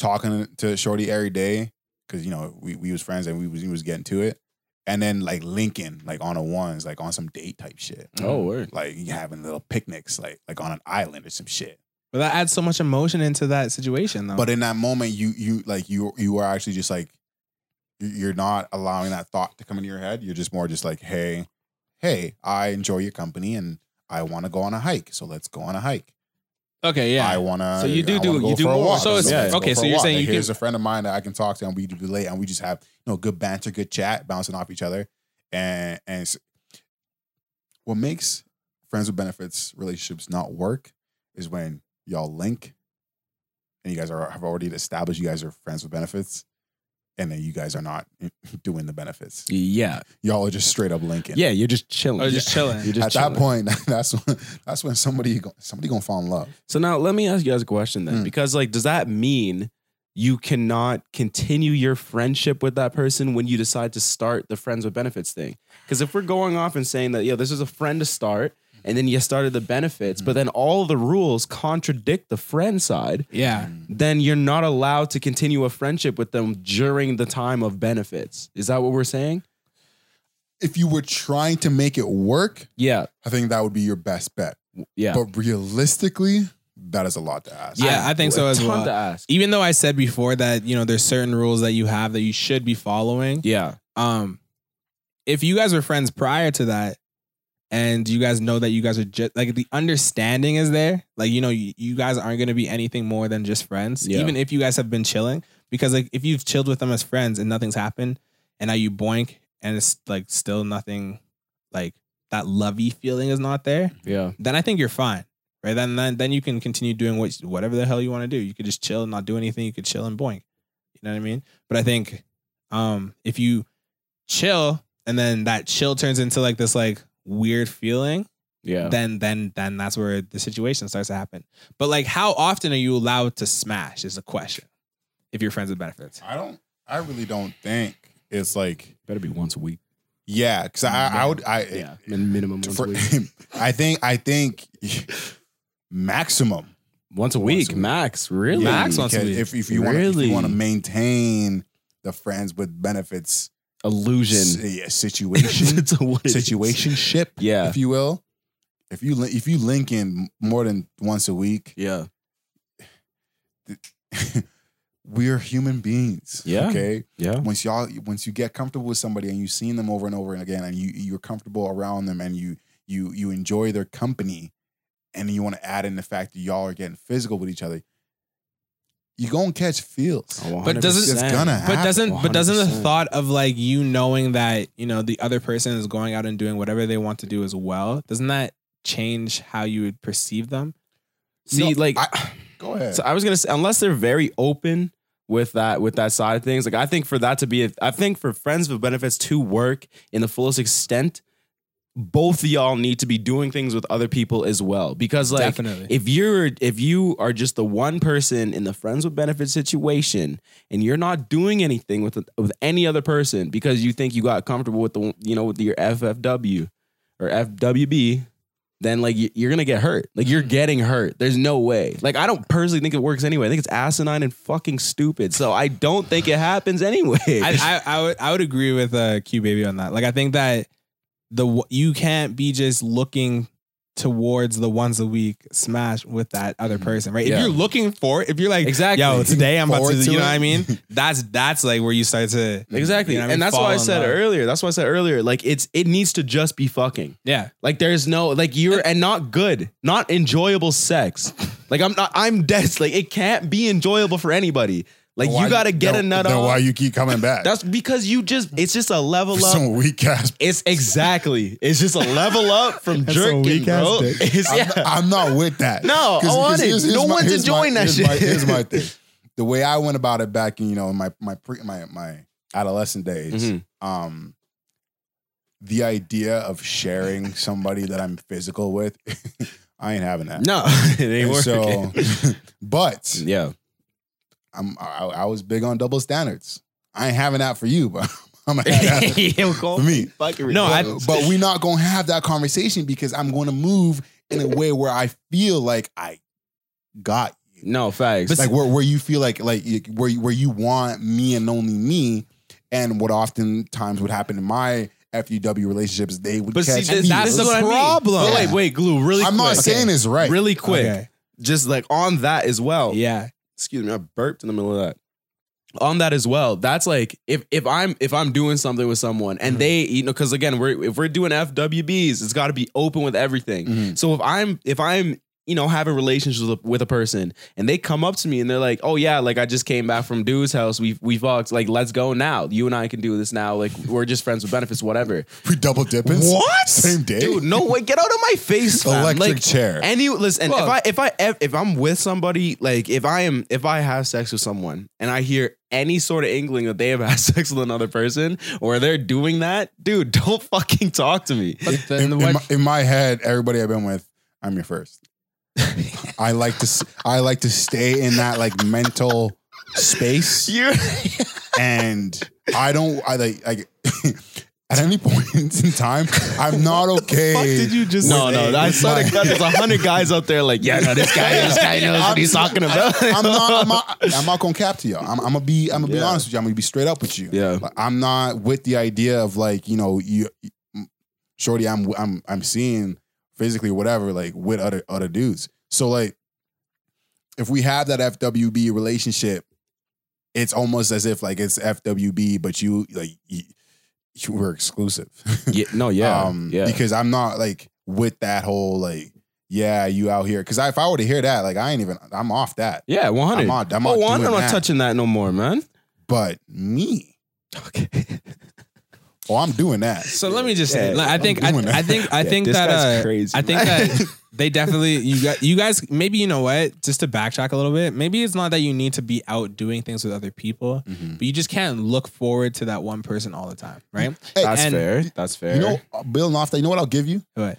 talking to Shorty every day because you know we we was friends and we was, we was getting to it, and then like linking like on a ones like on some date type shit. Oh, word. Like having little picnics, like like on an island or some shit. But that adds so much emotion into that situation, though. But in that moment, you you like you you are actually just like you- you're not allowing that thought to come into your head. You're just more just like, hey, hey, I enjoy your company and I want to go on a hike, so let's go on a hike. Okay, yeah. I want to. So you do do- you do more. So it's- yeah. okay, so you're saying you here's a friend of mine that I can talk to, and we relate, and we just have you know good banter, good chat, bouncing off each other, and and it's- what makes friends with benefits relationships not work is when y'all link, and you guys are have already established you guys are friends with benefits, and then you guys are not (laughs) doing the benefits. Yeah. Y'all are just straight up linking. Yeah, Oh, you're just chilling. Or just chilling. (laughs) You're just At chilling. that point, (laughs) that's when that's when somebody go- somebody gonna fall in love. So now let me ask you guys a question then, Mm. because like, does that mean you cannot continue your friendship with that person when you decide to start the friends with benefits thing? Because if we're going off and saying that, yo, this is a friend to start, and then you started the benefits, but then all the rules contradict the friend side, yeah. Mm. then you're not allowed to continue a friendship with them during the time of benefits. Is that what we're saying? If you were trying to make it work, Yeah. I think that would be your best bet. Yeah. But realistically, that is a lot to ask. Yeah, I think so as Ton well. to ask. Even though I said before that, you know, there's certain rules that you have that you should be following. Yeah. Um if you guys were friends prior to that and you guys know that you guys are just like the understanding is there, like you know, you, you guys aren't going to be anything more than just friends Yeah. even if you guys have been chilling because like if you've chilled with them as friends and nothing's happened and now you boink and it's like still nothing like that lovey feeling is not there. Yeah. then I think you're fine, right? Then then then you can continue doing what whatever the hell you want to do. You could just chill and not do anything. You could chill and boink. You know what I mean? But I think um if you chill and then that chill turns into like this like weird feeling, Yeah. then then then that's where the situation starts to happen. But like how often are you allowed to smash is a question. If you're friends with benefits. I don't. I really don't think it's like Better be once a week. yeah. Because I, I would. I Yeah. min- Minimum once (laughs) for, a week. (laughs) I think. I think maximum. Once a Once week, a week. max. Really? Yeah, Max you once a can- week. If, if you want to, Really? want to maintain the friends with benefits Illusion. (laughs) si- (laughs) situation, To what it is. situationship, Yeah. (laughs) if you will. If you li- if you link in more than once a week, Yeah. (laughs) we are human beings. Yeah. Okay. Yeah. once y'all once you get comfortable with somebody and you've seen them over and over and again and you you're comfortable around them and you you you enjoy their company and you want to add in the fact that y'all are getting physical with each other you gonna catch Oh, feels But doesn't- it's gonna happen But doesn't but doesn't the 100%. thought of like you knowing that, you know, the other person is going out and doing whatever they want to do as well, doesn't that change how you would perceive them? see No, like I- go ahead So I was gonna say, unless they're very open with that with that side of things, like I think for that to be, a, I think for friends with benefits to work in the fullest extent, both of y'all need to be doing things with other people as well. Because like, Definitely. if you're if you are just the one person in the friends with benefits situation, and you're not doing anything with with any other person because you think you got comfortable with the you know with your FFW or FWB, then like you- you're gonna get hurt. Like Mm-hmm. you're getting hurt. There's no way. Like I don't personally think it works anyway. I think it's asinine and fucking stupid. So I don't think it happens anyway. I, I, I would I would agree with uh, Q baby on that. Like I think that the w- you can't be just looking towards the once a week smash with that other person, right? If Mm-hmm. Yeah. you're looking for, if you're like, Exactly. yo, today I'm about to, Forward you to know it. what I (laughs) mean? That's that's like where you start to, (laughs) exactly. You know what I mean? And that's why Fall I in said love. earlier. That's why I said earlier. Like it's it needs to just be fucking. yeah, Like there's no like you're and not good, not enjoyable sex. Like I'm not I'm dead. Like it can't be enjoyable for anybody. Like Why- you gotta get then- a nut then why on. you keep coming back That's because you just it's just a level For up. (laughs) some weak ass It's exactly. It's just a level up (laughs) from a jerking, weak-ass bro. dick. (laughs) It's- I'm, yeah. I'm not with that. No, I want it. No one's here's enjoying that here's shit. My, (laughs) here's my thing. The way I went about it back in, you know, my my pre my my adolescent days, Mhm. um, the idea of sharing somebody that I'm physical with, (laughs) I ain't having that. no, (laughs) it ain't And working. so, (laughs) but yeah, I'm I, I was big on double standards. I ain't having that for you, but (laughs) I'm gonna (laughs) have that yeah, for me. No, I- But, but we're not gonna have that conversation because I'm gonna move in a way where I feel like I got you. no facts. like where, where you feel like like you- where you- where you want me and only me, and what oftentimes would happen in my FUW relationships, they would but see, catch th- me. that's the This is what I mean. problem. Yeah. But wait, wait, glue. Really, I'm not quick. saying Okay. it's right. Really (laughs) quick, Okay. just like on that as well. yeah. Excuse me, I burped in the middle of that. on that as well. That's like if if I'm if I'm doing something with someone Mm-hmm. and they you know because again we're if we're doing FWBs, it's got to be open with everything. Mhm. So if I'm if I'm you know having relationships with, with a person and they come up to me and they're like, oh yeah, like I just came back from dude's house. We we fucked. Like let's go now. You and I can do this now. Like we're just friends with benefits, whatever. We double dipping. What? Same day. Dude, no way. Get out of my face. fam. Electric like, chair. Any listen, Fuck. if I if I if I'm with somebody, like if I am if I have sex with someone and I hear any sort of inkling that they have (laughs) had sex with another person or they're doing that, dude, (laughs) don't fucking talk to me. In- But then in, what? my, in my head, everybody I've been with, I'm your (laughs) first. I like to s- I like to stay in that like mental space. You and I don't. I like. (laughs) I, at any point in time, I'm not okay. fuck did you just No, No, no, no, I with swear my- to God, there's a (laughs) hundred guys out there like, yeah, no, this guy, this guy knows what he's talking about. I'm not. I'm not, I'm not gonna cap to y'all. I'm, I'm gonna be. I'm gonna be Yeah. honest with you. I'm gonna be straight up with you. (laughs) Yeah. Like, I'm not with the idea of like you know you, shorty. I'm I'm I'm seeing physically whatever like with other other dudes. So like, if we have that FWB relationship, it's almost as if like it's FWB, but you like you, you were exclusive. Yeah, no, yeah. yeah. Um, Because I'm not like with that whole like yeah you out here because if I were to hear that like I ain't even I'm off that. yeah, 100. I'm not. I'm not, oh, well, I'm doing not that. touching that no more, man. But me, Okay. oh, I'm doing that. So let me just say, Yeah, like, I think, I, doing that. I think, I Yeah, think this that, guy's uh, crazy, I think man. (laughs) (laughs) that they definitely, you got, you guys, maybe you know what? Just to backtrack a little bit, maybe it's not that you need to be out doing things with other people, Mhm. but you just can't look forward to that one person all the time, right? Hey, That's And- fair. That's fair. you know, uh, Bill Nofta, you know what I'll give you? But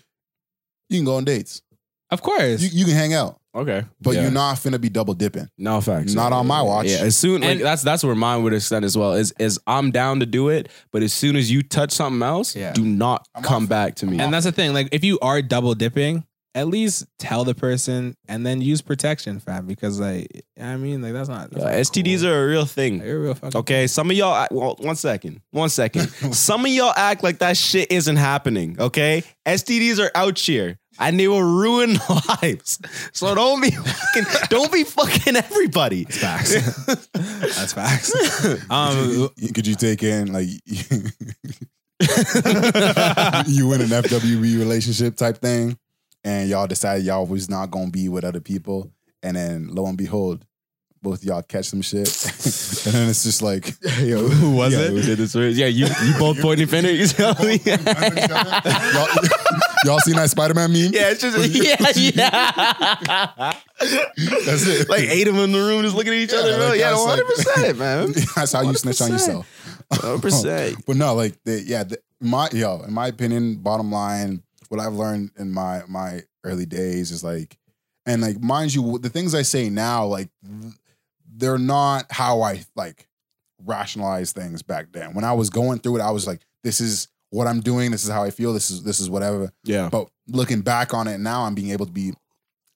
You can go on dates. of course, You, you can hang out, okay, but Yeah. you're not finna be double dipping. No facts. Not on my watch. Yeah, as soon like And- that's that's where mine would extend as well. Is is I'm down to do it, but as soon as you touch something else, Yeah. do not I'm come off. back to me. and that's the thing. Like, if you are double dipping, at least tell the person and then use protection, fam, because like, I mean, like that's not. Yeah, STDs are a real thing. You're real (laughs) fucking. Okay, some of y'all. act- Well, one second, one (laughs) second. some of y'all act like that shit isn't happening. Okay, STDs are out here, and they will ruin (laughs) lives. So don't be fucking, don't be fucking (laughs) everybody. Facts. (laughs) that's (laughs) facts. Um, You- could you take in like (laughs) you in an FWB relationship type thing, and y'all decided y'all was not gonna be with other people, and then lo and behold, both y'all catch some shit, (laughs) and then it's just like, yo, Who was yeah, it? did this first? Yeah, you you both pointing fingers. You tell me. (laughs) y'all, (laughs) y'all seen that Spider Man (laughs) meme? Yeah, it's just (laughs) yeah, yeah. That's it. Like eight of them in the room just looking at each Yeah, other. like, Like, yeah, that's one like- hundred percent, (laughs) man. (laughs) That's how you snitch on 100%. yourself. One hundred percent. But no, like the, yeah, the, my yo, in my opinion, bottom line, what I've learned in my my early days is like, and like mind you, the things I say now, like they're not how I like rationalize things back then. When I was going through it, I was like, this is what I'm doing. This is how I feel. This is this is whatever. Yeah, But looking back on it now, I'm being able to be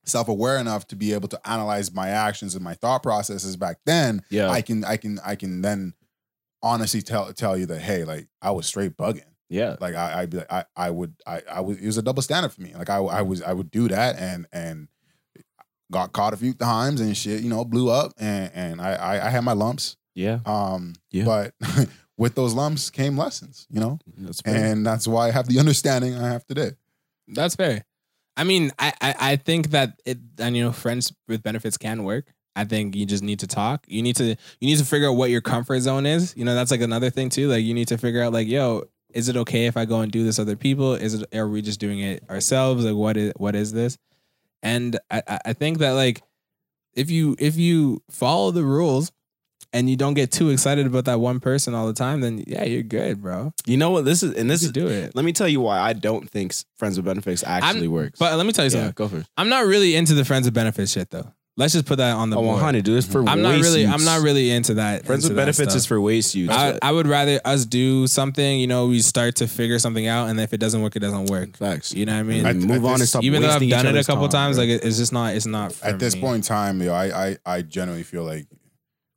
self aware enough to be able to analyze my actions and my thought processes back then yeah, I can I can I can then honestly tell tell you that hey, like I was straight bugging. yeah. Like I I'd be like I I would I I was it was a double standard for me. Like I I was I would do that and and got caught a few times and shit, you know, blew up and and I I, I had my lumps. Yeah, Um Yeah. but (laughs) with those lumps came lessons, you know? that's And that's why I have the (laughs) understanding I have today. That's fair. I mean, I, I, I think that it and you know, friends with benefits can work. I think you just need to talk. You need to you need to figure out what your comfort zone is. You know, that's like another thing too. Like you need to figure out like, yo, is it okay if I go and do this other people? Is it are we just doing it ourselves? Like what is what is this? And I, I- I think that like if you if you follow the rules and you don't get too excited about that one person all the time, then yeah, you're good, bro. you know what? This is and this (laughs) Just is. do it. Let me tell you why I don't think s- friends with benefits actually works. But let me tell you something. uh, yeah, Oh, go for it. I'm not really into the friends with benefits shit though. Let's just put that on the Oh, board. 100, dude. It's for I'm not waste really. use. I'm not really into that. friends into with that benefits stuff. is for waste use. I, I would rather us do something. You know, we start to figure something out, and if it doesn't work, it doesn't work. Facts. You know what I mean? I- And move at on and this- stop. Even though I've wasting done it each a other's couple time, times, bro. like it- it's just not. It's not. For At this me. point in time, yo, I, I I generally feel like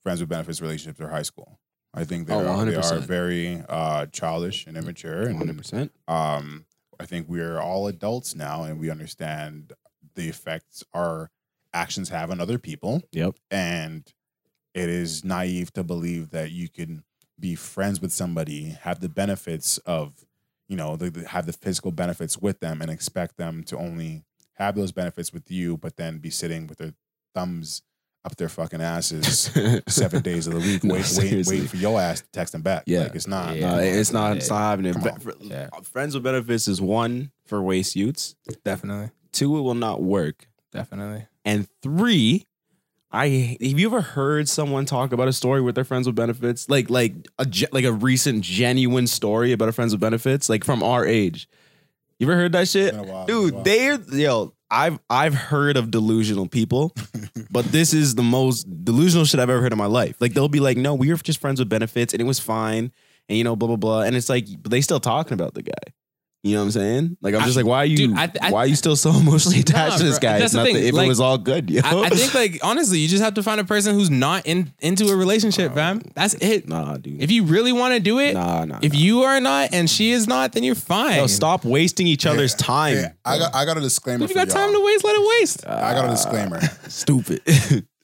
friends with benefits relationships are high school. I think they, Oh, are, they are 100%. very uh, childish and immature. And 100%. (laughs) um, I think we're all adults now and we understand the effects our actions have on other people. Yep. And it is naive to believe that you can be friends with somebody, have the benefits of, you know, the, the- have the physical benefits with them and expect them to only have those benefits with you, but then be sitting with their thumbs up their (laughs) fucking asses seven days of the week, No, wait, wait, seriously. wate for your ass to text them back. Yeah. Like it's not. No, it's not. It's not happening. Come Be- on. for- Yeah. Friends with benefits is one for waste youths. Definitely. Two, it will not work. (laughs) Definitely. And three, I have you ever heard someone talk about a story with their friends with benefits, like like a ge- like a recent genuine story about a friends with benefits, like from our age. You ever heard that shit, Been a while, been a dude? while. They're yo. I've I've heard of (laughs) delusional people, but this is the most delusional shit I've ever heard in my life. Like they'll be like, "No, we were just friends with benefits, and it was fine, and you know, blah blah blah." And it's like, but they still talking about the guy. You know what I'm saying? Like I'm I- just like, why are you? dude, I th- I- why are you still so (laughs) emotionally attached Nah, to this bro. guy? That's It's the nothing. thing. If Like, it was all good, yo. I, I think like honestly, you just have to find a person who's not in into a relationship, fam. That's it. (laughs) Nah, dude. If you really want to do it, nah, nah. if you are not and she is not, then you're fine. yo, stop wasting each other's time. Hey, I got I got a disclaimer. If you for got time to y'all. waste, let it waste. I got a disclaimer. Ah, (laughs) Stupid.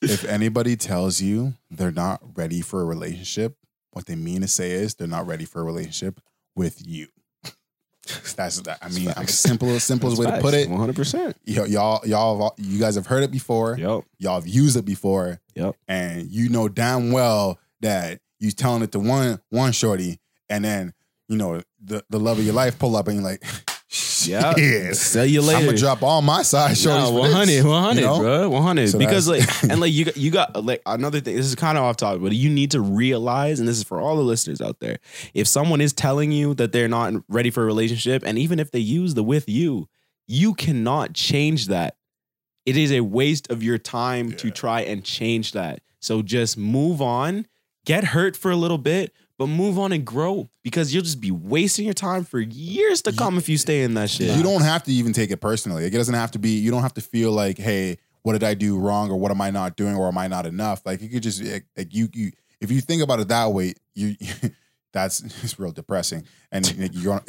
if anybody tells you they're not ready for a relationship, what they mean to say is they're not ready for a relationship with you. That's that. I mean, I'm facts. simple, simplest way to put it. One hundred percent. Y- y'all, y'all, have all- you guys have heard it before. Yep. Y'all have used it before, Yep. and you know damn well that you telling it to one one shorty, and then you know the the love of your life pull up, and you're like, (laughs) Yeah. yes, See you I'm later. gonna drop all my side Nah, shorties. for 100, this, 100, you know? bro, 100. So because like, that's- and like you got, you got like another thing. This is kind of off topic, but you need to realize, and this is for all the listeners out there. If someone is telling you that they're not ready for a relationship, and even if they use the with you, you cannot change that. It is a waste of your time to Yeah. try and change that. So just move on, get hurt for a little bit, but move on and grow because you'll just be wasting your time for years to You- come if you stay in that (laughs) shit. You don't have to even take it personally. Like, it doesn't have to be. You don't have to feel like, hey, what did I do wrong, or what am I not doing, or am I not enough? Like you could just like, like, you you if you think about it that way, you (laughs) that's (laughs) it's real depressing. And like, you're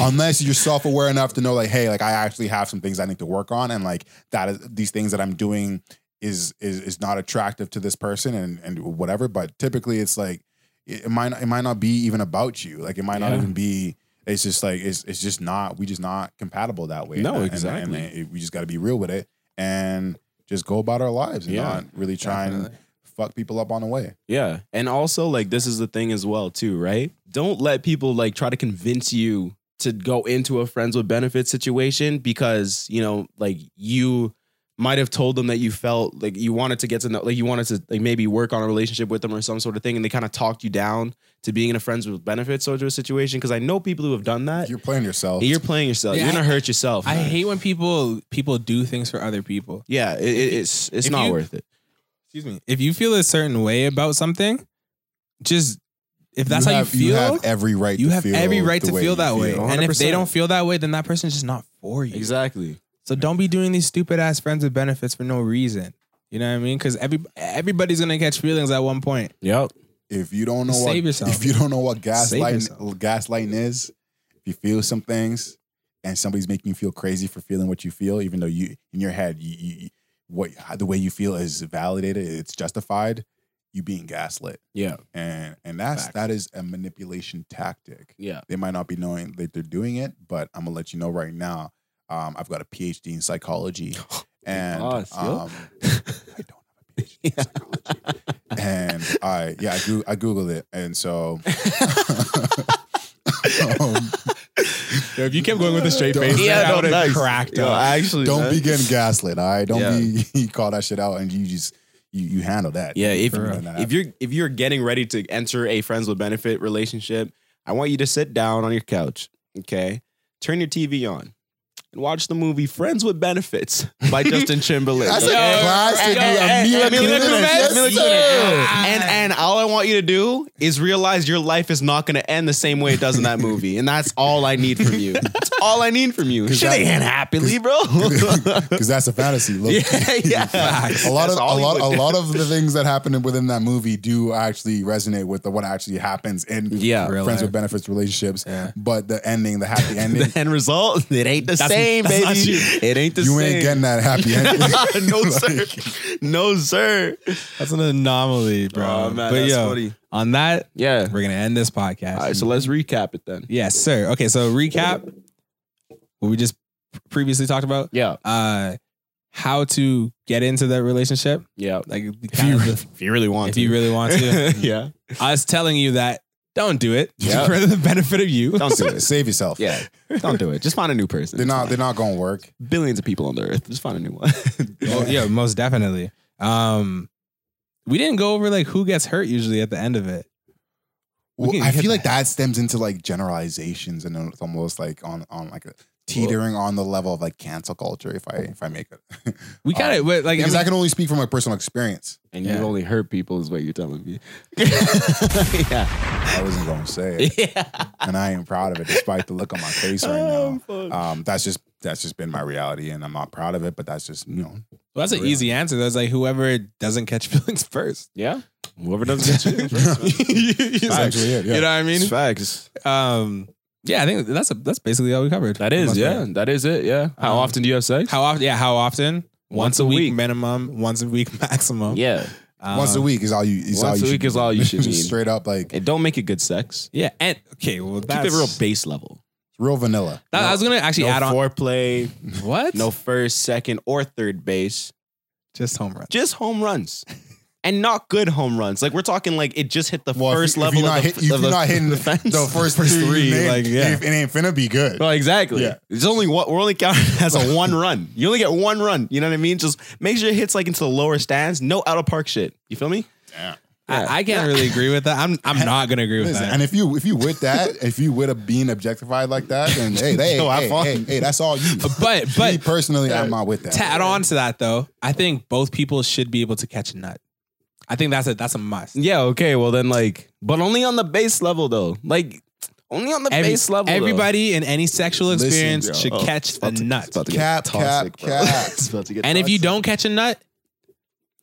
unless you're self aware enough to know like, hey, like I actually have some things I need to work on, and like that is these things that I'm doing is is is not attractive to this person and and whatever. But typically, it's like it it might it might not be even about you. Like it might not Yeah. even be. It's just like it's it's just not we just not compatible that way. No, And- and- exactly. And, it- we just got to be real with it and just go about our lives and Yeah, not really try and fuck people up on the way. Yeah. And also like this is the thing as well too, right? Don't let people like try to convince you to go into a friends with benefits situation because, you know, like you might have told them that you felt like you wanted to get to know like you wanted to like maybe work on a relationship with them or some sort of thing and they kind of talked you down to being in a friends with benefits sort of a situation because I know people who have done that. You're, You're playing yourself. playing yourself. Yeah, You're going I- to hurt yourself. I man. hate when people people do things for other people. Yeah, it, it, it's it's If not you- worth it. Excuse me. If you feel a certain way about something, just if that's how have- you feel, You have every right. you to have feel every right the to feel you that way. feel. And if they 100%. don't feel that way, then that person's just not for you. Exactly. So don't be doing these stupid ass friends with benefits for no reason. You know what I mean? Because every everybody's gonna catch feelings at one point. Yep. If you don't know Save what yourself. if you don't know what Save gaslighting yourself. gaslighting is, if you feel some things and somebody's making you feel crazy for feeling what you feel, even though you in your head you, you what the way you feel is validated, it's justified. You being gaslit, Yeah. and and that's Facts. that is a manipulation tactic. Yeah. They might not be knowing that they're doing it, but I'm gonna let you know right now. Um, I've got a PhD (laughs) in psychology, Oh and boss, yo. um, I don't have a PhD (laughs) in psychology. And I yeah, I, goo- I googled it, and so (laughs) (laughs) um, if you kept going with a straight face, Yeah, no, would've nice. cracked Yo, up. actually, don't man. be getting gaslit. All right, don't Yeah. be (laughs) you call that shit out, and you just you you handle that. Yeah, if For real. if you're if you're getting ready to enter a friends with benefit relationship, I want you to sit down on your couch, okay? Turn your TV on and watch the movie Friends with Benefits (laughs) by Justin Timberlake. That's a okay? classic. Yo, hey, Mila hey, Mila Kunis. Kunis, Yes, Mila sir. Kunis. And and all I want you to do is realize your life is not going to end the same way it does in that movie, and that's all I need from (laughs) you. That's all I need from you. Shit that- ain't happily, bro. (laughs) (laughs) because that's a fantasy. Look, yeah, yeah. a lot That's of all a he lot would a do. lot of (laughs) the things that happen within that movie do actually resonate with the, what actually happens in Yeah. Real friends life. with benefits relationships. Yeah. But the ending, the happy ending, the end result, it ain't the That's same, That's baby. not you. (laughs) It ain't the you same. ain't getting (laughs) that happy ending. no Like, (laughs) sir, no sir. That's an anomaly, bro. Aw, Oh, man, but that's yo, funny. on that, Yeah. we're gonna end this podcast. All right, so let's recap it then. yes, sir. Okay, so recap what we just previously talked about. Yeah, Uh, how to get into that relationship? yeah. Like, kind of the- If you, If you really want if you really want to. (laughs) yeah. us telling you that don't do it (laughs) Yeah. for the benefit of you. Don't do it. save yourself. Yeah, don't do it. Just find a new person. They're It's not. fine. They're not gonna work. billions of people on the earth. Just find a new one. Oh, yeah, most definitely. Um, we didn't go over like who gets hurt usually at the end of it. We Well, can I get feel like that stems into like generalizations, and it's almost like on on like a teetering on the level of like cancel culture. If I if I make it, We kind of Um, but like I because I mean, can only speak from my personal experience. (laughs) and Yeah. you only hurt people is what you're telling (laughs) me. yeah. I wasn't gonna say it, (laughs) Yeah. and I ain't proud of it, despite the look on my (laughs) face right Oh, now. fuck. Um, that's just that's just been my reality, and I'm not proud of it. But that's just you know, well, that's an Real. easy answer. That's like whoever doesn't catch (laughs) feelings first. yeah. Whoever doesn't get you. (laughs) It's like, actually it, yeah. You know what I mean? facts. Um, yeah, I think that's a, that's basically all we covered. That is, Must be yeah. it. That is it, yeah. How Um, often do you have sex? How often? Yeah, how often? Once, a week, week. minimum. Once a week (laughs) maximum. yeah. Um, once a week is all you. Is all once you a should week is do. all you should (laughs) Just need. Straight up, like It don't make it good sex. Yeah, and okay. Well, that's Keep it real base level. real vanilla. That, I was gonna actually No add on. foreplay, What? no first, second, or third base. just home run. Just home runs. And not good home runs. Like we're talking like it just hit the Well, if first you- if level you're of not the, hit- if you're of the, not hitting (laughs) the the- fence. The first three, Three, you named, like, yeah. it ain't finna be good. Well, exactly. Yeah. It's only what we're only counting as a one run. You only get one run. You know what I mean? Just make sure it hits like into the lower stands. No out of park shit. You feel me? Yeah. I, I can't really agree with that. I'm (laughs) I'm not gonna agree with Listen, that. and if you if you with that, if you with a being objectified like that, then hey, (laughs) hey, Yo, have hey, fun. hey, hey, that's all (laughs) you. But me but personally, I'm not with that. to add on to that though, I think both people should be able to catch a nut. I think that's a that's a must. Yeah. Okay. Well, then like, but only on the base level though. Like, only on the Every- base level. though. everybody in any sexual Listen, experience yo. should Oh, catch a nut. to Cap, (laughs) cap, cap. about to get And if you toxic. don't catch a nut,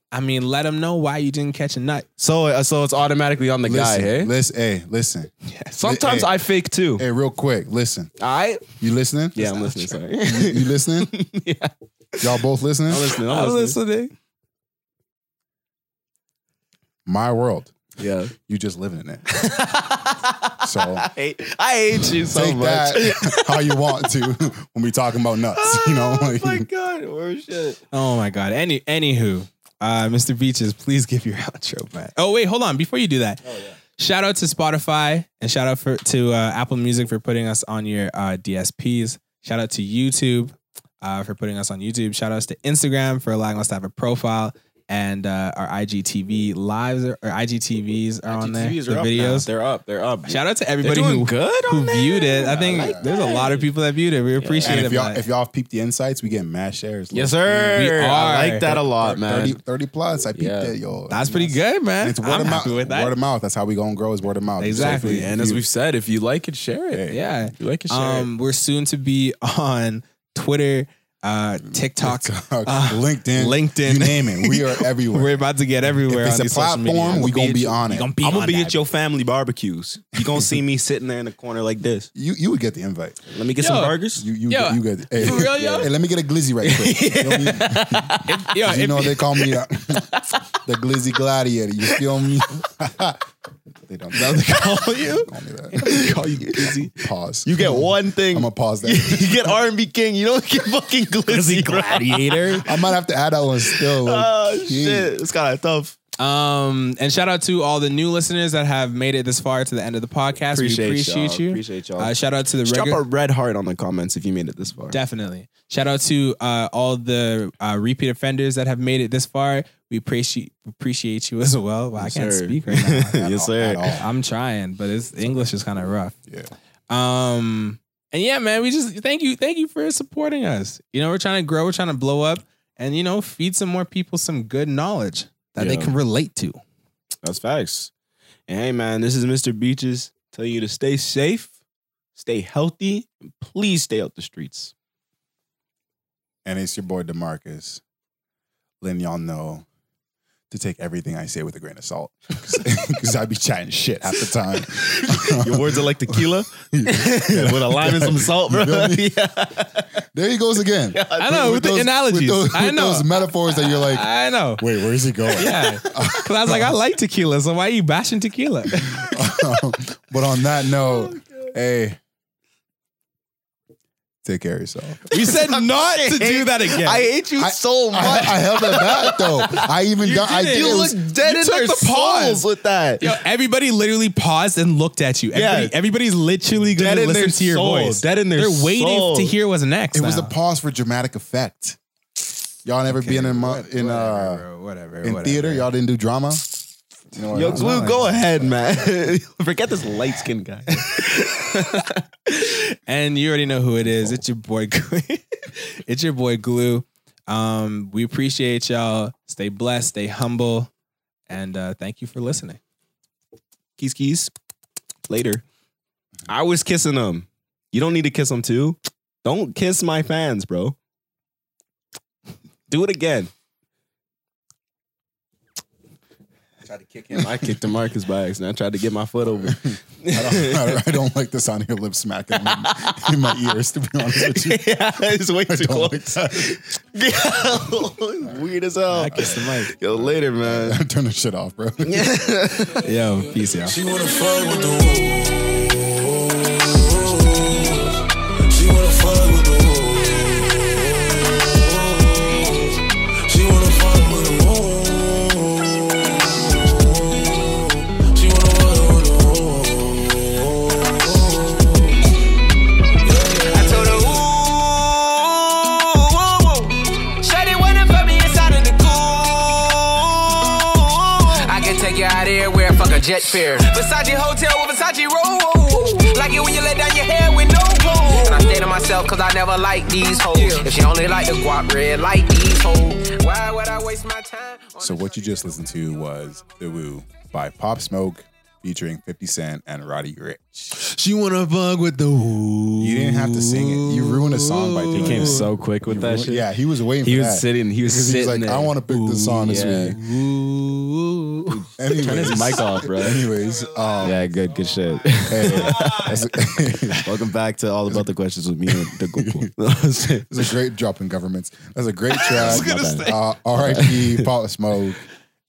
I mean, let them know why you didn't catch a nut. so uh, so it's automatically on the listen, guy. Hey. listen, hey, listen, Sometimes Hey. I fake too. hey, real quick, listen. I You listening? yeah, I'm listening. Sorry. You, you listening? yeah, Y'all both (laughs) listening? I'm listening. (laughs) I I'm was listening. listening. My world. Yeah. (laughs) You just living in it. (laughs) So I hate, I hate you so take much. (laughs) that (laughs) how you want to (laughs) when we talking about nuts. (laughs) You know, Oh like, my god, or shit. Oh my god. Any anywho, uh, Mr. Beaches, please give your (laughs) outro, man. Oh wait, hold on. Before you do that, Oh, shout out to Spotify and shout out for, to uh, Apple Music for putting us on your uh, DSPs. Shout out to YouTube uh, for putting us on YouTube. Shout outs to Instagram for allowing us to have a profile. And uh, our IGTV lives are, or IGTVs are on there. GTVs the are up now. videos. They're up. They're up. Shout out to They're everybody doing who, good who on there. viewed it. I Yeah, think like there's a that. lot of people that viewed it. We appreciate and it. if y'all but- if y'all peep the insights, we get mass shares. Yes, sir. We I are. like that a lot, man. 30, 30 plus. I peeped Yeah. it, yo. that's pretty good, man. And it's word I'm of mouth. happy with that. Word of mouth. That's how we gonna grow is word of mouth. Exactly. And as we've said, if you like it, share it. yeah. If you like it, share it. Um, we're soon to be (laughs) on Twitter, uh, (laughs) TikTok, uh, LinkedIn, LinkedIn. you name it. We are (laughs) everywhere. We're about to get everywhere. If it's on a these social media. platform, we gonna be on it. We gonna be I'm on gonna be that. at your family barbecues. You gonna see me sitting there in the corner like this. you you would get the invite. Let me get Yo. some burgers. You you Yo, get, you get hey, for real, yo? Hey, let me get a glizzy right (laughs) quick. You feel me? Yo, 'Cause you if- know they call (laughs) me uh, the glizzy gladiator. You feel me? they don't They call They you. call me that. They call you glizzy. Pause. You get one thing. I'm gonna pause that. (laughs) you get R and B king. You don't get (laughs) fucking glizzy. (laughs) Gladiator. I might have to add that one still. oh Okay. shit, it's kind of tough. um, and shout out to all the new listeners that have made it this far to the end of the podcast. we appreciate you. Appreciate y'all. Uh, shout out to the Drop regular. a red heart on the comments if you made it this far. Definitely. Shout out to uh, all the uh, repeat offenders that have made it this far. We appreciate appreciate you as well. Wow, I can't sir. speak (laughs) right (laughs) now. At Yes, all- sir. at all. (coughs) I'm trying, but it's English is kind of rough. Yeah. Um, and yeah, man, we just thank you, thank you for supporting us. You know, we're trying to grow, we're trying to blow up, and you know, feed some more people some good knowledge that they Yeah. can relate to. That's facts. And hey, man, this is Mr. Beaches telling you to stay safe, stay healthy, and please stay out the streets. And it's your boy Demarcus, letting y'all know to take everything I say with a grain of salt (laughs) because I'd be chatting shit half the (laughs) time. Your words are like (laughs) tequila with a lime and some salt, bro. You feel me? (laughs) yeah. there he goes again. I know with, the analogies. those, I with know. those metaphors that (laughs) you're like, I know. wait, where is he going? Yeah, because I was like, I like tequila, so why are you bashing tequila? Um, but on that note, hey, take care (laughs) of yourself. We said not to do that again. I hate you I- so much. I, I held it back though. I even got. I did. did. You It (laughs) you was- look dead you in took their the pause. souls with that. Yo, everybody literally paused and looked at you. Everybody, Yeah. everybody's literally going Dead to in listen their to your soul. voice. Dead in their They're waiting soul. to hear what's next. it was now. a pause for dramatic effect. Y'all never been in mo- What- in whatever, uh, bro, whatever, in whatever. theater. Y'all didn't do drama. You know what Yo, I'm Glue, saying? go ahead, man. (laughs) Forget this light skinned guy. (laughs) And you already know who it is. It's your boy. Glue. (laughs) it's your boy Glue. Um, we appreciate y'all. Stay blessed. Stay humble. And uh, thank you for listening. keys, keys. Later. I was kissing them. You don't need to kiss them too. Don't kiss my fans, bro. Do it again. Tried to kick him. I kicked the Marcus by accident. I tried to get my foot (laughs) over. I don't, I don't- I don't like the sound of your lips smacking in, in my ears. To be honest with you, (laughs) yeah, it's way I too don't like close. that. (laughs) Yeah, weird as hell. I kissed the (laughs) mic. Yo, later, man. Turn the shit off, bro. Yo, peace, y'all. She wanna fuck with the wolves. She wanna fuck with the wolves. She wanna fuck with the wolves. She wanna fuck with the wolves. I told her, ooh, ooh, ooh. Shawty wanna fuck me inside of the cool. I can take you out of here where fuck a jet fare. Versace hotel with Versace roll. Like it when you let down your hair with no And I roll. say to myself, cause I never like these hoes. If she only like the guap red, like these hoes. Why would I waste my time? on So a what you just listened to was The Woo by Pop Smoke featuring 50 Cent and Roddy Rich. She wanna fuck with the who. You didn't have to sing it. You ruined a song by doing He came it. so quick with that shit. Yeah, he was waiting He for was that. sitting. He was Because he sitting. was like, I want to pick this song this yeah. week. Ooh. Anyways, Turn his mic off, bro. Anyways, um, Yeah, good, good (laughs) shit. hey, that's a, (laughs) it's Welcome back to All About the Questions with me and the (laughs) Google. a great drop in governments. That's a great (laughs) track. gonna My bad. uh, R.I.P. Pop Smoke.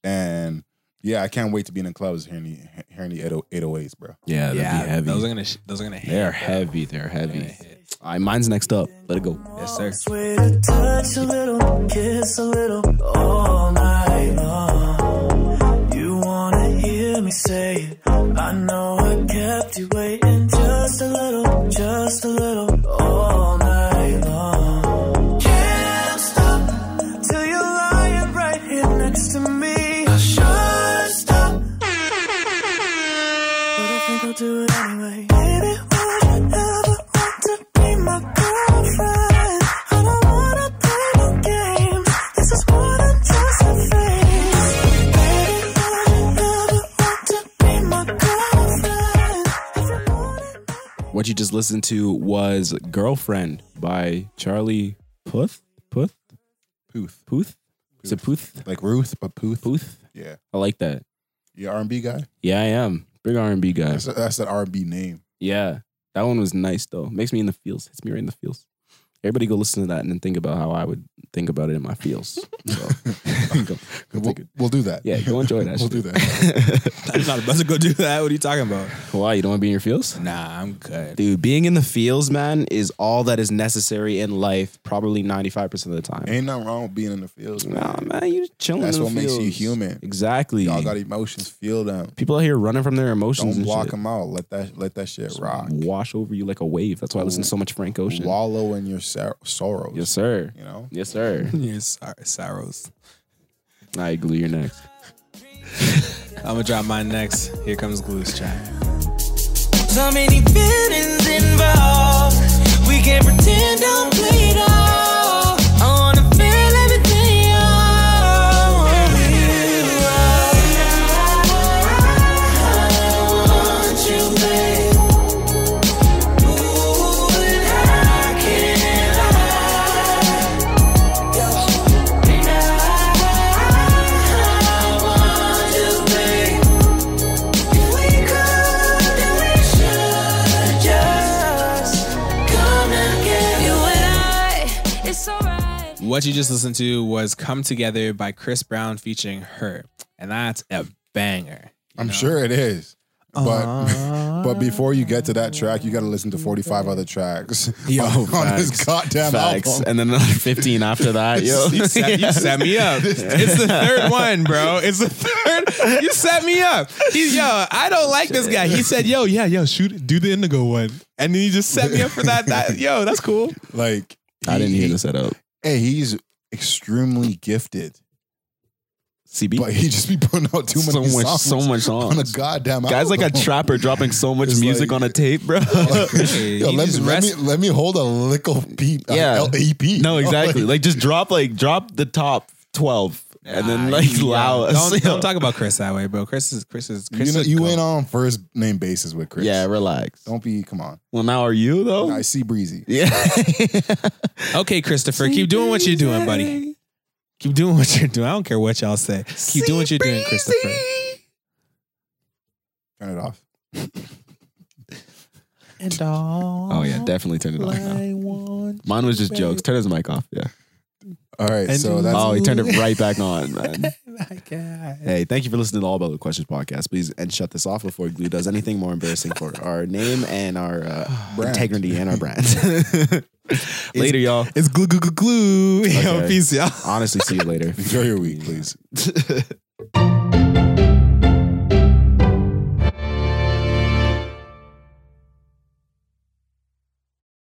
And yeah, I can't wait to be in the clubs hearing the, hearing the 80- 808s, bro. Yeah, that'd Yeah, be heavy. those are gonna, sh- those are gonna hit. They're heavy. They're heavy. All right, mine's next up. Let it go. Yes, sir. Way to touch a little, kiss a little, all night long. You wanna hear me say it? I know I kept you waiting, just a little, just a little, all night long. Can't stop till you're lying right here next to me. I should stop. But I think I'll do it anyway. Baby, would you ever want to be my girlfriend? I don't wanna play no games. This is more than just a phase. Baby, would you ever want to be my girlfriend? If you wanted me. What you just listened to was "Girlfriend" by Charlie Puth. Puth. Pooth. Puth. Is it Puth? Like Ruth, but Pooth. Puth. Yeah. I like that. You R&B guy? Yeah, I am big R and B guy. That's, that's that R&B (laughs) name. Yeah, that one was nice though. Makes me in the feels. Hits me right in the feels. Everybody go listen to that and then think about how I would think about it in my (laughs) feels. So, go, go We'll, take it. we'll do that. Yeah, go (laughs) enjoy that We'll shit. do that. (laughs) I'm not about to go do that. What are you talking about? Why you don't want to be in your feels? Nah, I'm good. Dude, being in the fields, man, is all that is necessary in life, probably 95% of the time. Ain't nothing wrong with being in the fields. man. nah, man, you just chilling. That's in the what makes you fields. human. Exactly. Y'all got emotions. Feel them. People out here running from their emotions. Don't and block shit. them out. Let that let that shit rock. Wash over you like a wave. That's why I listen to so much Frank Ocean. Wallow in your sor- sorrows. Yes, sir. You know. Yes, (laughs) sir. Your sor- sorrows. All right, glue your next. I'm gonna drop mine next. Here comes Glue's track. So many feelings involved. We can pretend don't play it all. I wanna feel everything. all. I want you, babe. Ooh, and I can't hide. And I what you just listened to was Come Together by Chris Brown featuring her. And that's a banger. you I'm know? sure it is. Ah. But but before you get to that track, you got to listen to 45 other tracks (laughs) Yo, on, (laughs) on this facts. goddamn Facts. album. And then another (laughs) 15 after that, (laughs) Oh, yo. You set, you set me up. It's the third one, bro. It's the third. You set me up. He's yo. I don't like this guy. He said, "Yo, yeah, yo, shoot, do the indigo one," and then he just set me up for that. that yo, that's cool. Like (laughs) I he- didn't hear he- the setup. Hey, he's extremely gifted, CB. but he just be putting out too so many much, songs so much songs. (laughs) on a goddamn Guys like a album. trapper dropping so much It's music on like- a tape, bro. (laughs) Yo, He let, just me, let me rest- let me hold a little peep. Yeah. Yeah, (laughs) LAP. (laughs) no, exactly. Like just drop like drop the top 12 and then Nah, like yo, loud. Don't, (laughs) don't talk about Chris that way, bro. Chris is Chris is Chris. you know, is you cold. went on first name basis with Chris. Yeah, Oh. relax. don't be. Come on, Well, now are you though? I see breezy. (laughs) Yeah. (laughs) Okay, Christopher, keep doing what you're doing, buddy. Keep doing what you're doing. I don't care what y'all say. Keep doing what you're doing, Christopher. Turn it off. Oh yeah, definitely turn it off now. Mine was just jokes. Turn his mic off. Yeah. All right, And so you- that's Oh, he (laughs) turned it right back on, man. My God. Hey, thank you for listening to All About the Questions podcast. Please and shut this off before Glue does anything more embarrassing for our name and our uh, Brand. integrity and our (sighs) (laughs) brand. later, y'all. It's glue, glue, (laughs) glue, glue. Yo, Okay. peace, y'all. (laughs) Honestly, see you later. enjoy your week, please.